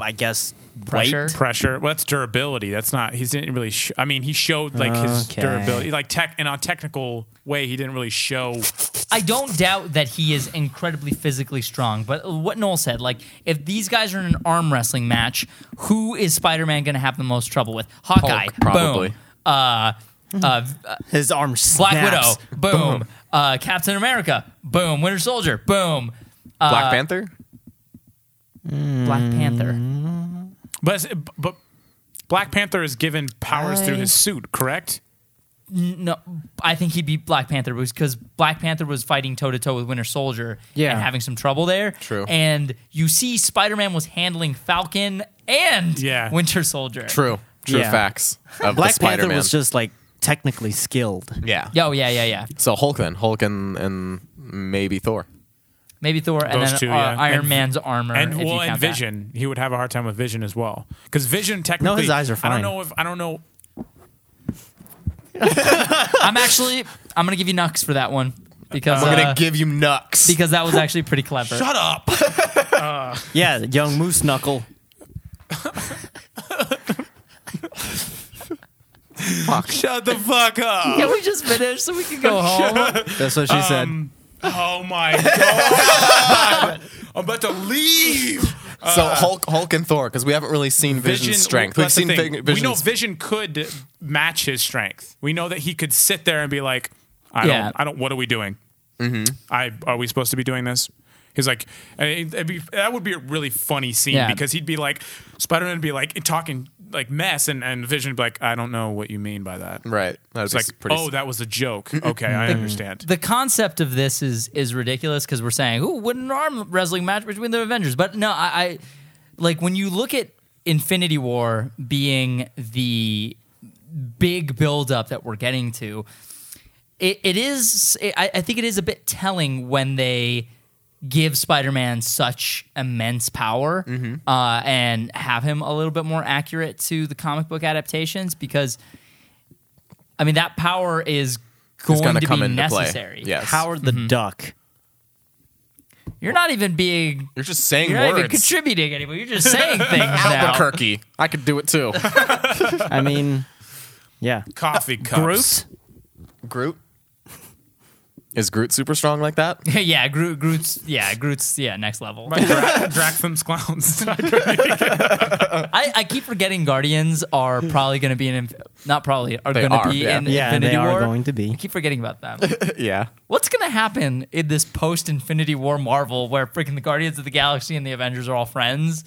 I guess, weight.
Pressure.
pressure. Well, that's durability. That's not. He didn't really. Sh- I mean, he showed like his
Okay.
durability, like tech in a technical way. He didn't really show.
I don't doubt that he is incredibly physically strong, but what Noel said, like if these guys are in an arm wrestling match, who is Spider-Man going to have the most trouble with? Hawkeye,
Hulk, probably.
boom. Uh, uh,
His arm snaps.
Black Widow, boom. Uh, Captain America, boom. Winter Soldier, boom. Uh,
Black Panther.
Black Panther.
But but Black Panther is given powers through his suit, correct?
No, I think he beat Black Panther because Black Panther was fighting toe to toe with Winter Soldier
Yeah.
and having some trouble there.
True.
And you see, Spider Man was handling Falcon and
Yeah.
Winter Soldier.
True. True
Yeah.
facts. Of
Black
the
Panther
Spider-Man.
was just, like, technically skilled.
yeah.
Yeah, Oh yeah, yeah, yeah.
So Hulk then Hulk and and maybe Thor.
Maybe Thor, and
Those
then
two,
uh,
yeah.
Iron
And-
Man's armor,
and
if you
well, and
count that.
Vision, he would have a hard time with Vision as well, because Vision technically.
eyes are
I don't
fine.
know if I don't know.
I'm actually, I'm gonna give you Nux for that one because
I'm
uh,
gonna give you Nux.
because that was actually pretty clever.
Shut up!
Yeah, young Moose Knuckle.
Shut the fuck up!
Can we just finish so we can go home?
That's what she
Um,
Oh my god! I'm about to leave.
so Hulk Hulk and Thor because we haven't really seen Vision's
Vision
strength.
well,
We've
that's the
seen
thing.
Vision.
We know Vision could match his strength. We know that he could sit there and be like, "I
Yeah.
don't, I don't. What are we doing?
Mm-hmm.
I are we supposed to be doing this?" He's like, I mean, it'd be, that would be a really funny scene
Yeah.
because he'd be like, Spider Man would be like talking like mess, and and Vision would be like, "I don't know what you mean by that."
right. That was
It's like,
pretty. Mm-hmm.
oh, that was a joke. Okay, I understand.
the concept of this is is ridiculous because we're saying, "Ooh, what an arm wrestling match between the Avengers?" But no, I, I like when you look at Infinity War being the big buildup that we're getting to. It, it is. It, I, I think it is a bit telling when they give Spider-Man such immense power
Mm-hmm.
uh, and have him a little bit more accurate to the comic book adaptations because, I mean, that power is going
gonna
to
come
be
into play.
necessary.
Yes.
Howard the
Mm-hmm.
Duck.
You're not even being.
You're just saying
You're not even
words.
contributing anymore. You're just saying things now.
Albuquerque. I could do it too.
I mean, yeah.
Coffee cups.
Groot.
Groot. Is Groot super strong like that?
yeah, Groot, Groot's. Yeah, Groot's. Yeah, next level.
Like Dra- Draxum's clowns.
I, I keep forgetting Guardians are probably going to be in inf- not probably are
They
going to
are,
be
yeah.
in
Yeah,
Infinity
they are
War.
going to be.
I keep forgetting about them.
yeah.
What's going to happen in this post Infinity War Marvel where freaking the Guardians of the Galaxy and the Avengers are all friends?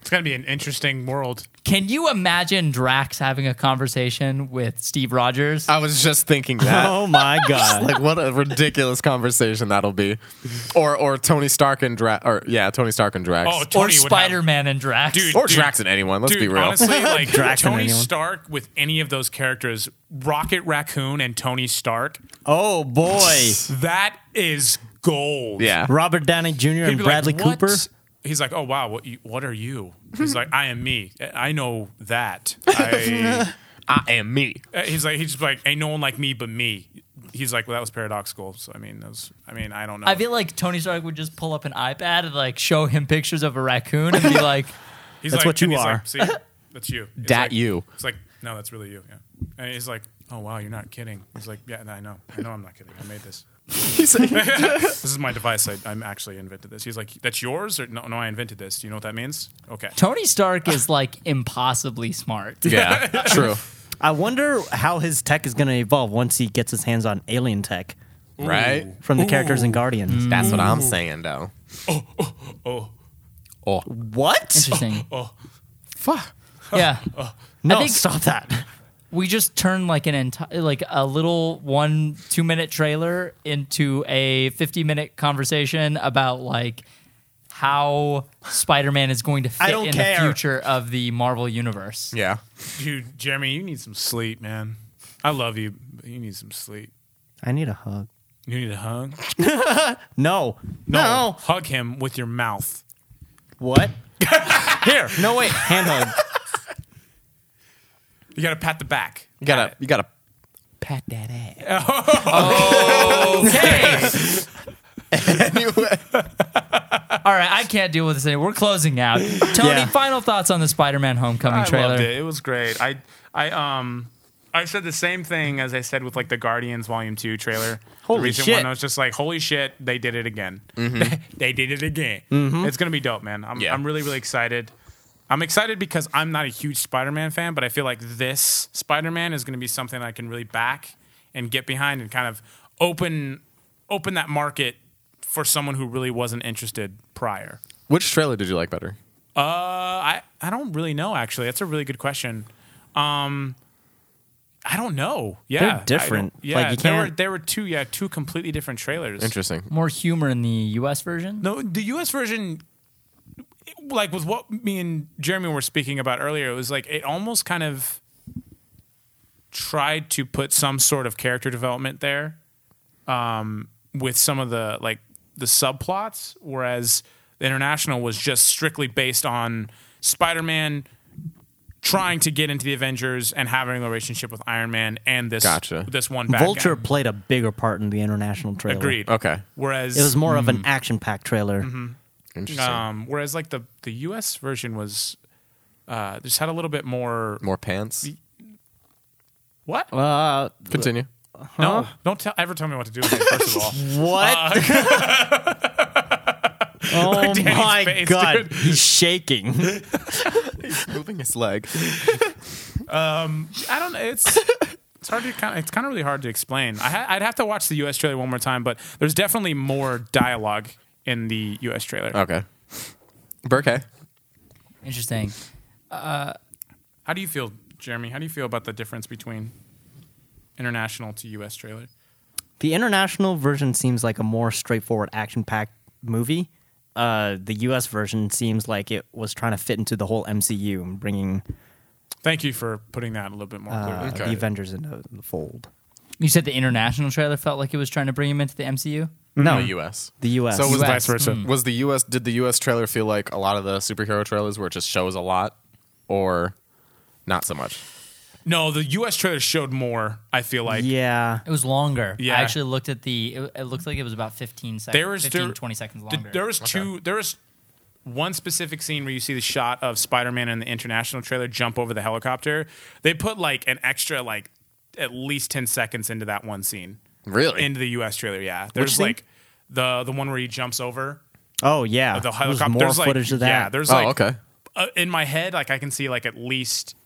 it's gonna be an interesting world.
Can you imagine Drax having a conversation with Steve Rogers?
I was just thinking that.
Oh my God.
like what a ridiculous conversation that'll be. Or or Tony Stark and Drax or yeah, Tony Stark and Drax.
Oh,
or
Tony would have-
Spider Man and Drax?
Dude,
or Drax and anyone, let's
Dude,
be real.
honestly, like
Drax and
Tony
anyone.
Stark with any of those characters, Rocket Raccoon and Tony Stark,
Oh boy.
that is gold.
yeah.
Robert Downey Jr.
He'd
and
be
Bradley
like, "What?"
Cooper.
He's like, oh wow, what, you, what are you? He's like, I am me. I know that. I, uh,
I am me.
he's like, he's just like, ain't no one like me but me. He's like, well, that was paradoxical. So I mean, that was, I mean, I don't know.
I feel like Tony Stark would just pull up an iPad and like show him pictures of a raccoon and be like,
he's
that's
like,
what you
and he's
are.
Like, See, that's you. It's
Dat
like-
you.
It's like, no, that's really you. Yeah. And he's like, oh wow, you're not kidding. He's like, yeah, I know, I know, I'm not kidding. I made this. this is my device. I, I'm actually invented this. He's like, that's yours, or no? No, I invented this. Do you know what that means? Okay.
Tony Stark is like impossibly smart.
Yeah. True.
I wonder how his tech is going to evolve once he gets his hands on alien tech
Right?
from the characters in Guardians.
That's what I'm saying though. Oh, oh, oh.
What?
Interesting.
oh.
Fuck.
Yeah.
No,
think-
stop that.
we just turned like an entire like a little one two minute trailer into a 50 minute conversation about like how spider-man is going to fit
don't
in
care.
the future of the marvel universe
Yeah.
Dude, Jeremy, you need some sleep, man. I love you, but you need some sleep.
I need a hug.
You need a hug.
No. No.
Hug him with your mouth.
What?
Here.
No, wait. Hand hug.
You gotta pat the back.
You gotta, you gotta pat that ass.
Okay.
anyway,
All right, I can't deal with this anymore. We're closing out. Tony,
Yeah.
final thoughts on the Spider-Man Homecoming
I
trailer?
loved it. It was great. I I um I said the same thing as I said with like the Guardians Volume Two trailer.
Holy
the recent
shit.
One, I was just like, holy shit, they did it again. they did it again. It's gonna be dope, man. I'm
Yeah.
I'm really really excited. I'm excited because I'm not a huge Spider-Man fan, but I feel like this Spider-Man is gonna be something I can really back and get behind and kind of open open that market for someone who really wasn't interested prior.
which trailer did you like better?
Uh, I I don't really know actually. That's a really good question. Um, I don't know. Yeah, I don't-
different.
Yeah,
Like, you
there were
can't-
there were two yeah two completely different trailers.
Interesting.
More humor in the U.S. version.
No, the U.S. version, like was what me and Jeremy were speaking about earlier. It was like it almost kind of tried to put some sort of character development there, um, with some of the like the subplots, whereas the international was just strictly based on Spider-Man trying to get into the Avengers and having a relationship with Iron Man and this
Gotcha.
this one bad
Vulture
guy.
played a bigger part in the international trailer.
Agreed. Mm. Mm-hmm.
Okay.
Whereas
It was more of an action-packed trailer.
Interesting.
Um, whereas like the the U.S. version was uh, just had a little bit more.
More pants.
What?
Uh,
Continue.
No, don't tell, ever tell me what to do. With it, first of all,
what? oh
Danny's
my
face,
god,
dude.
he's shaking.
Moving his leg.
I don't. It's it's hard to kind. Of, it's kind of really hard to explain. I ha- I'd have to watch the U.S. trailer one more time, but there's definitely more dialogue in the U.S. trailer.
Okay. Burke.
Interesting.
How do you feel, Jeremy? How do you feel about the difference between international to U.S. trailer?
The international version seems like a more straightforward action packed movie. Uh, the US version seems like it was trying to fit into the whole MCU and bringing
Thank you for putting that a little bit more
uh,
clearly.
Okay.
the Avengers into the fold.
You said the international trailer felt like it was trying to bring him into the MCU.
No,
The U.S.
the US.
So it was
US.
vice versa.
Mm.
Was the U.S. Did the U.S. trailer feel like a lot of the superhero trailers where it just shows a lot, or not so much?
No, the U.S. trailer showed more. I feel like.
yeah.
It was longer.
Yeah.
I actually looked at the. It, it looked like it was about 15 seconds.
There was
15,
there-
20 seconds
Th-
longer.
There was two. There was one specific scene where you see the shot of Spider-Man in the international trailer jump over the helicopter. They put like an extra like at least ten seconds into that one scene
Really?
into the U.S. trailer. Yeah, there's
scene?
like the the one where he jumps over
Oh, yeah.
uh, the
There was
helicopter.
more
there's like,
footage of that.
Yeah, there's
oh,
like
okay.
uh, in my head, like I can see like at least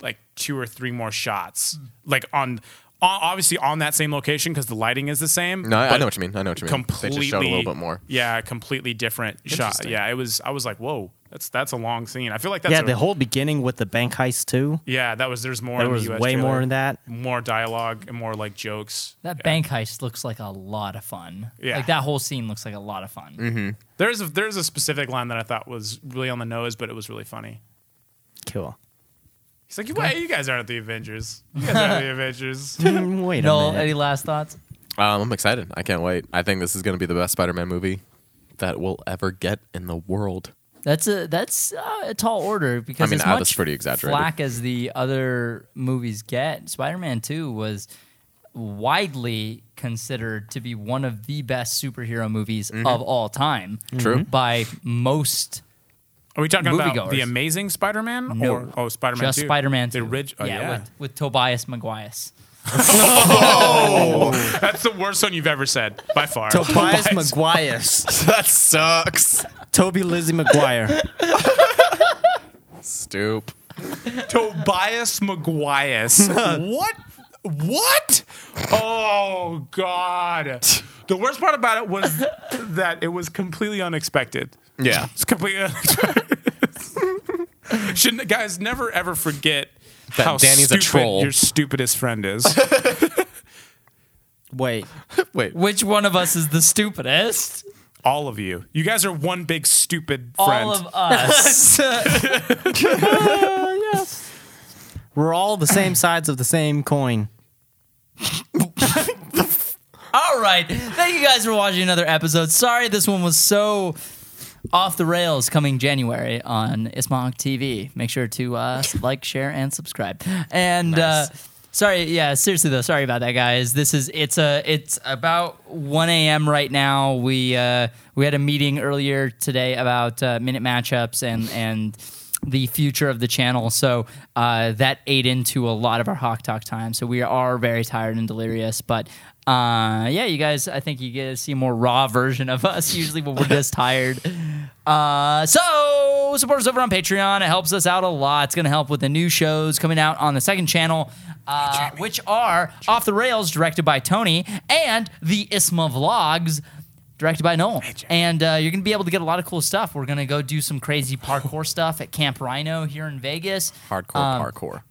like two or three more shots,
Hmm.
like on. on- Obviously, on that same location because the lighting is the same.
No, I, I
but
know what you mean. I know what you mean.
completely
They just showed a little bit more.
Yeah, completely different shot.
Interesting.
Yeah, it was. I was like, whoa, that's that's a long scene. I feel like that's
yeah,
a,
the whole beginning with the bank heist, too.
yeah. That was there's more.
There
in
was
the US
way
trailer.
more in that.
More dialogue and more like jokes.
that bank heist looks like a lot of fun.
Yeah.
Like that whole scene looks like a lot of fun.
There's a there's a specific line that I thought was really on the nose, but it was really funny.
Cool.
He's like, "Why you guys aren't the Avengers? You guys aren't the Avengers."
Hmm, Wait a
Noel,
minute.
any last thoughts?
Um, I'm excited. I can't wait. I think this is going to be the best Spider-Man movie that we'll ever get in the world.
That's a that's uh, a tall order because
I mean,
as
Ad is
much
pretty exaggerated.
flack as the other movies get, Spider-Man Two was widely considered to be one of the best superhero movies of all time.
Mm-hmm. True.
by most.
Are we talking about
Moviegoers.
the Amazing Spider-Man
No.
or oh Spider-Man
Just
2?
Spider-Man
the
2.
orig- oh, yeah,
With, with Tobias Maguire.
that's the worst one you've ever said by far.
Tobias Maguire.
that sucks.
Toby Lizzie Maguire.
Stoop.
Tobias Maguias. what? What? Oh God! The worst part about it was that it was completely unexpected.
Yeah.
It's completely unexpected. Shouldn't guys never ever forget
That
how
Danny's a
stupid
troll.
your stupidest friend is?
Wait.
Wait.
Which one of us is the stupidest?
All of you. You guys are one big stupid friend.
All of us.
We're all the same sides of the same coin.
All right. Thank you guys for watching another episode. Sorry this one was so Off the Rails coming January on Ismonic TV. Make sure to uh, like, share, and subscribe. And uh, sorry, yeah, seriously though, sorry about that, guys. This is it's a it's about 1 a.m. right now. We uh, we had a meeting earlier today about uh, minute matchups and and the future of the channel. So uh, that ate into a lot of our Hawk Talk time. So we are very tired and delirious. But uh, yeah, you guys, I think you get to see a more raw version of us usually when we're this tired. Uh, so support us over on Patreon. It helps us out a lot. It's going to help with the new shows coming out on the second channel. Uh, which are Off the Rails, directed by Tony, and the Isma Vlogs, directed by Noel. And uh, you're going to be able to get a lot of cool stuff. We're going to go do some crazy parkour stuff at Camp Rhino here in Vegas.
Hardcore
Um,
parkour.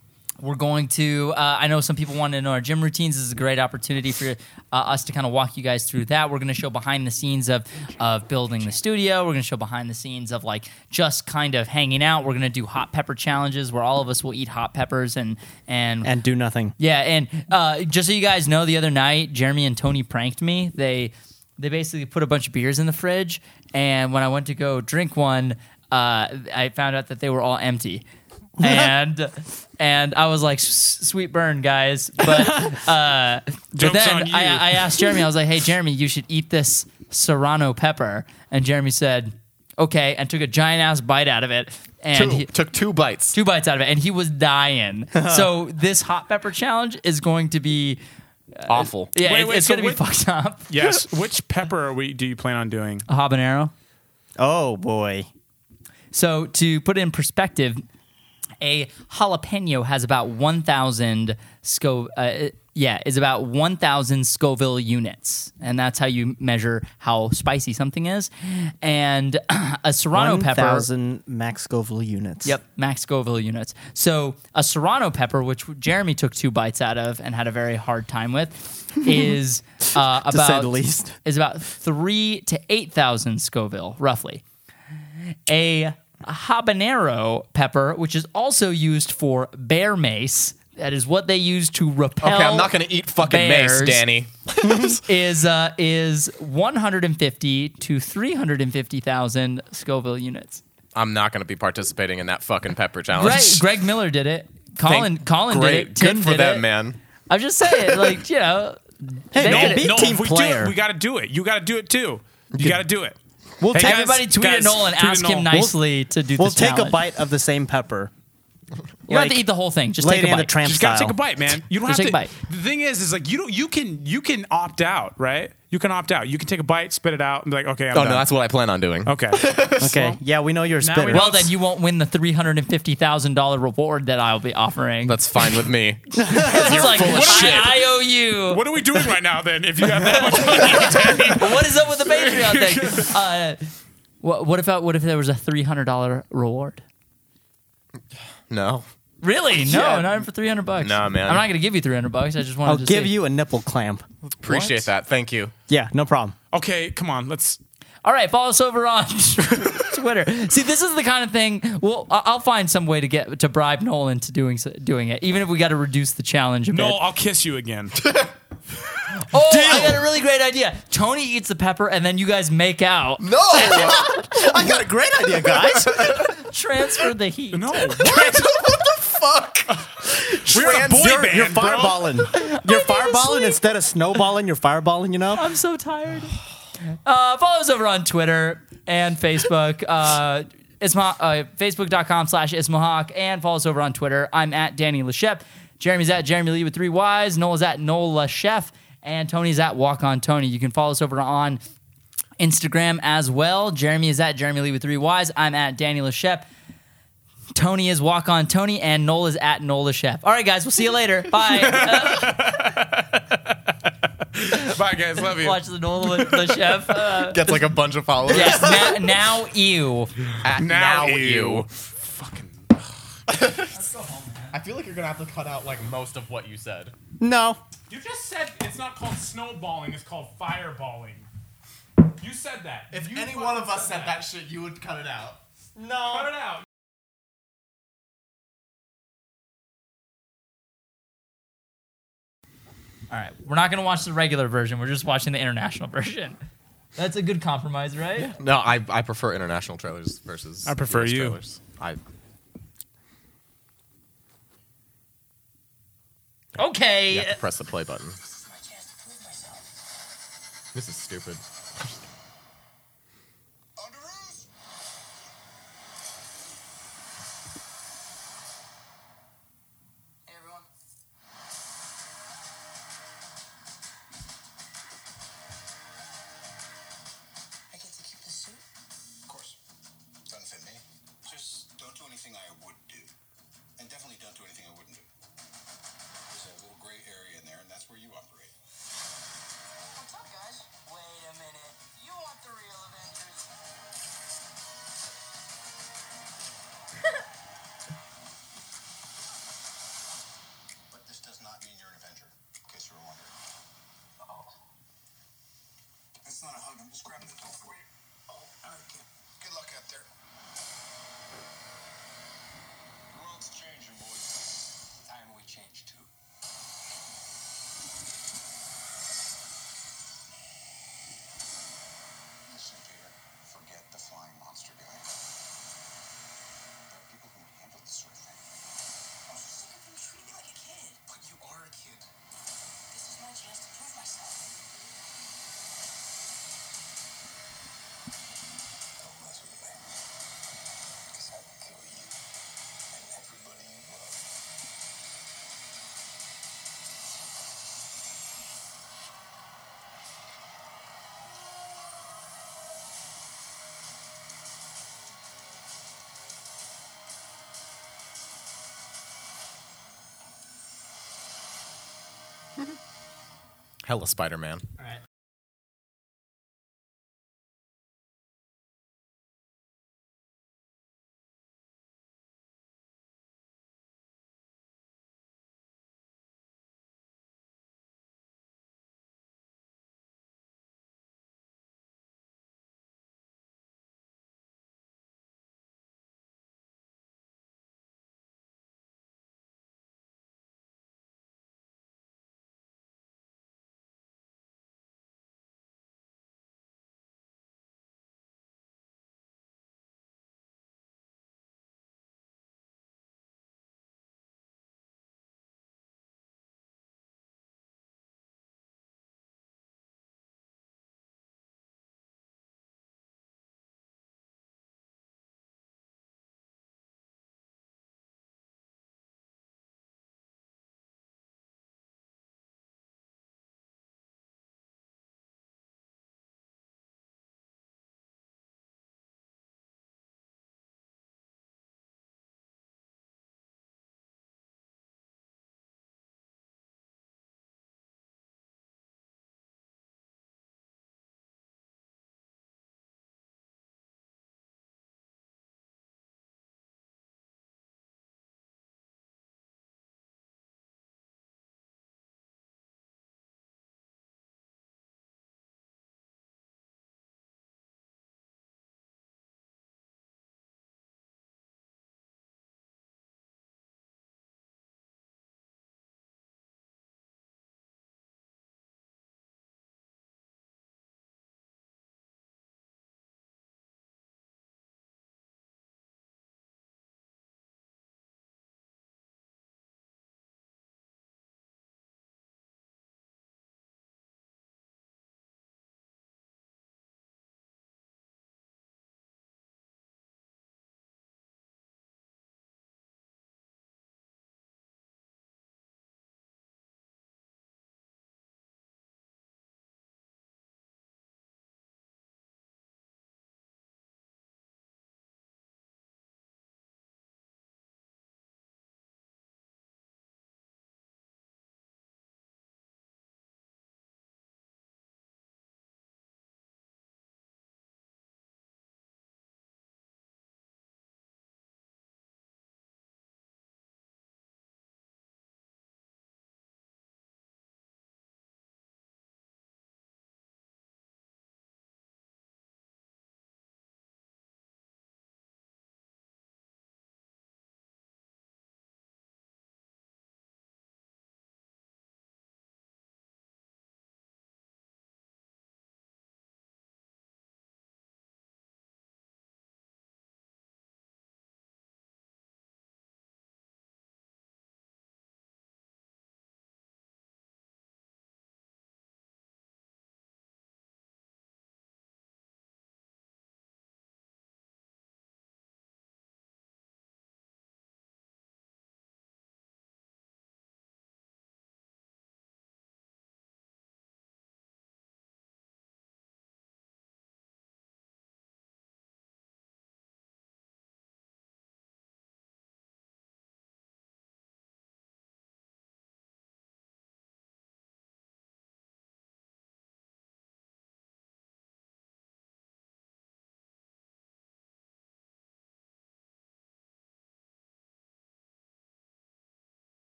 We're going to, uh, I know some people want to know our gym routines. This is a great opportunity for uh, us to kind of walk you guys through that. We're going to show behind the scenes of, of building the studio. We're going to show behind the scenes of like just kind of hanging out. We're going to do hot pepper challenges where all of us will eat hot peppers and, and
and do nothing.
yeah, and uh, just so you guys know, the other night Jeremy and Tony pranked me. They they basically put a bunch of beers in the fridge, and when I went to go drink one, uh, I found out that they were all empty. and and I was like, "S- "Sweet burn, guys!" But uh, but
Joke's
then
on you.
I, I asked Jeremy. I was like, "Hey, Jeremy, you should eat this serrano pepper." And Jeremy said, "Okay," and took a giant ass bite out of it. And
Two-
he,
took two bites.
two bites out of it, and he was dying. so this hot pepper challenge is going to be
Awful.
yeah,
Wait,
it-
wait,
it's
so
going to be
what-
fucked up.
Yes. Which pepper are we? Do you plan on doing?
A habanero.
Oh boy.
So to put it in perspective, a jalapeno has about one thousand sco. Uh, yeah, is about 1,000 Scoville units. And that's how you measure how spicy something is. And a serrano
One
pepper.
thousand max Scoville units.
Yep, max Scoville units. So a serrano pepper, which Jeremy took two bites out of and had a very hard time with, is uh, about
To say the least.
is about three to eight thousand Scoville, roughly. A habanero pepper, which is also used for bear mace, that is what they use to repel.
Okay, I'm not going to eat fucking
bears.
mace, Danny.
Is uh, is one hundred and fifty to three hundred and fifty thousand Scoville units.
I'm not going to be participating in that fucking pepper challenge.
Right, Greg Miller did it. Colin,
Thank-
Colin
Great.
did it. Tim
Good for
did
them,
it.
man.
I'm just saying, like you know,
Hey,
They
no,
did it.
be a
no,
team
if we do
player.
it, we got to do it. You got to do it too. You got to do it.
we'll
Hey,
take,
guys,
everybody tweet at
guys,
Nolan,
tweet at
ask him
Nolan.
nicely to do.
we'll
this
take a
challenge.
bite of the same pepper.
You don't have
Like,
to eat the whole thing. Just take
Lady
a
and the
bite.
Tramp
You just gotta
style.
take a bite, man. You don't have
Just
to.
take a bite.
The thing is, is like you don't. You can. You can opt out, right? You can opt out. You can take a bite, spit it out, and be like, okay, I'm
Oh,
done.
no, that's what I plan on doing.
okay.
Okay. Yeah, we know you're a
Now we
spitter.
know-
well, then you won't win the three hundred and fifty thousand dollar reward that I'll be offering.
That's fine with me.
It's like
full of
I,
shit.
I owe you.
what are we doing right now then? If you have that much,
what is up with the Patreon thing? Uh, what, what if I, what if there was a three hundred dollar reward?
No.
Really? No,
Yeah.
not for three hundred bucks.
Nah, man.
I'm not gonna give you three hundred bucks. I just wanted
I'll
to
give
see.
you a nipple clamp.
Appreciate that. Thank you.
Yeah, no problem.
okay, come on, let's.
All right, follow us over on Twitter. See, this is the kind of thing. Well, I- I'll find some way to get to bribe Nolan to doing so- doing it, even if we got to reduce the challenge a bit.
No, I'll kiss you again.
oh, I got a really great idea. Tony eats the pepper, and then you guys make out.
No! I got a great idea, guys.
Transfer the heat.
No,
what the fuck?
we're a boy
You're-
band,
you're
bro.
Fireballing. You're fireballing instead of snowballing, you're fireballing, you know?
I'm so tired. Uh, follow us over on Twitter and Facebook. Uh, Isma, uh, Facebook.com slash Ismahawk and follow us over on Twitter. I'm at Danny Lachef. Jeremy's at Jeremy Lee with three Y's. Noel's at Noel Lachef. And Tony's at Walk on Tony. You can follow us over on Instagram as well. Jeremy is at Jeremy Lee with three Y's. I'm at Danny Lachep. Tony is Walk on Tony. And Noel is at Noel Lachef. All right, guys. We'll see you later. Bye.
Bye, guys. Love you.
Watch the Noel Lachef. Uh,
Gets like a bunch of followers.
Yes, now, now ew.
At now,
Now you.
you. I feel like you're gonna have to cut out like most of what you said.
No.
You just said it's not called snowballing; it's called fireballing. You said that. You fucking
shit, you would cut it out.
No.
cut it out.
All right, we're not gonna watch the regular version. We're just watching the international version. That's a good compromise, right?
No, I, I prefer international trailers versus.
I prefer
US
you.
Trailers. I
Okay.
you have to press the play button. This is stupid.
I get to keep the suit?
Of course. Doesn't fit me. Just don't do anything I would do. And definitely don't do anything I wouldn't do. There's a little gray area in there, and that's where you operate.
What's up, guys? Wait a minute. You want the real Avengers?
But this does not mean you're an Avenger, in case you were wondering. Oh. That's not a hug. I'm just grabbing the door for you. Oh, all right, kid. Good luck out there. The world's changing, boys. Time we change, too. Listen, Peter. Forget the flying monster guy. There are people who handle this sort of thing. I'm sick of you treating me like a kid. But you are a kid.
This is my chance to prove myself.
Don't mess with me. Because I will kill you and everybody you love.
Hella Spider Man.
All right.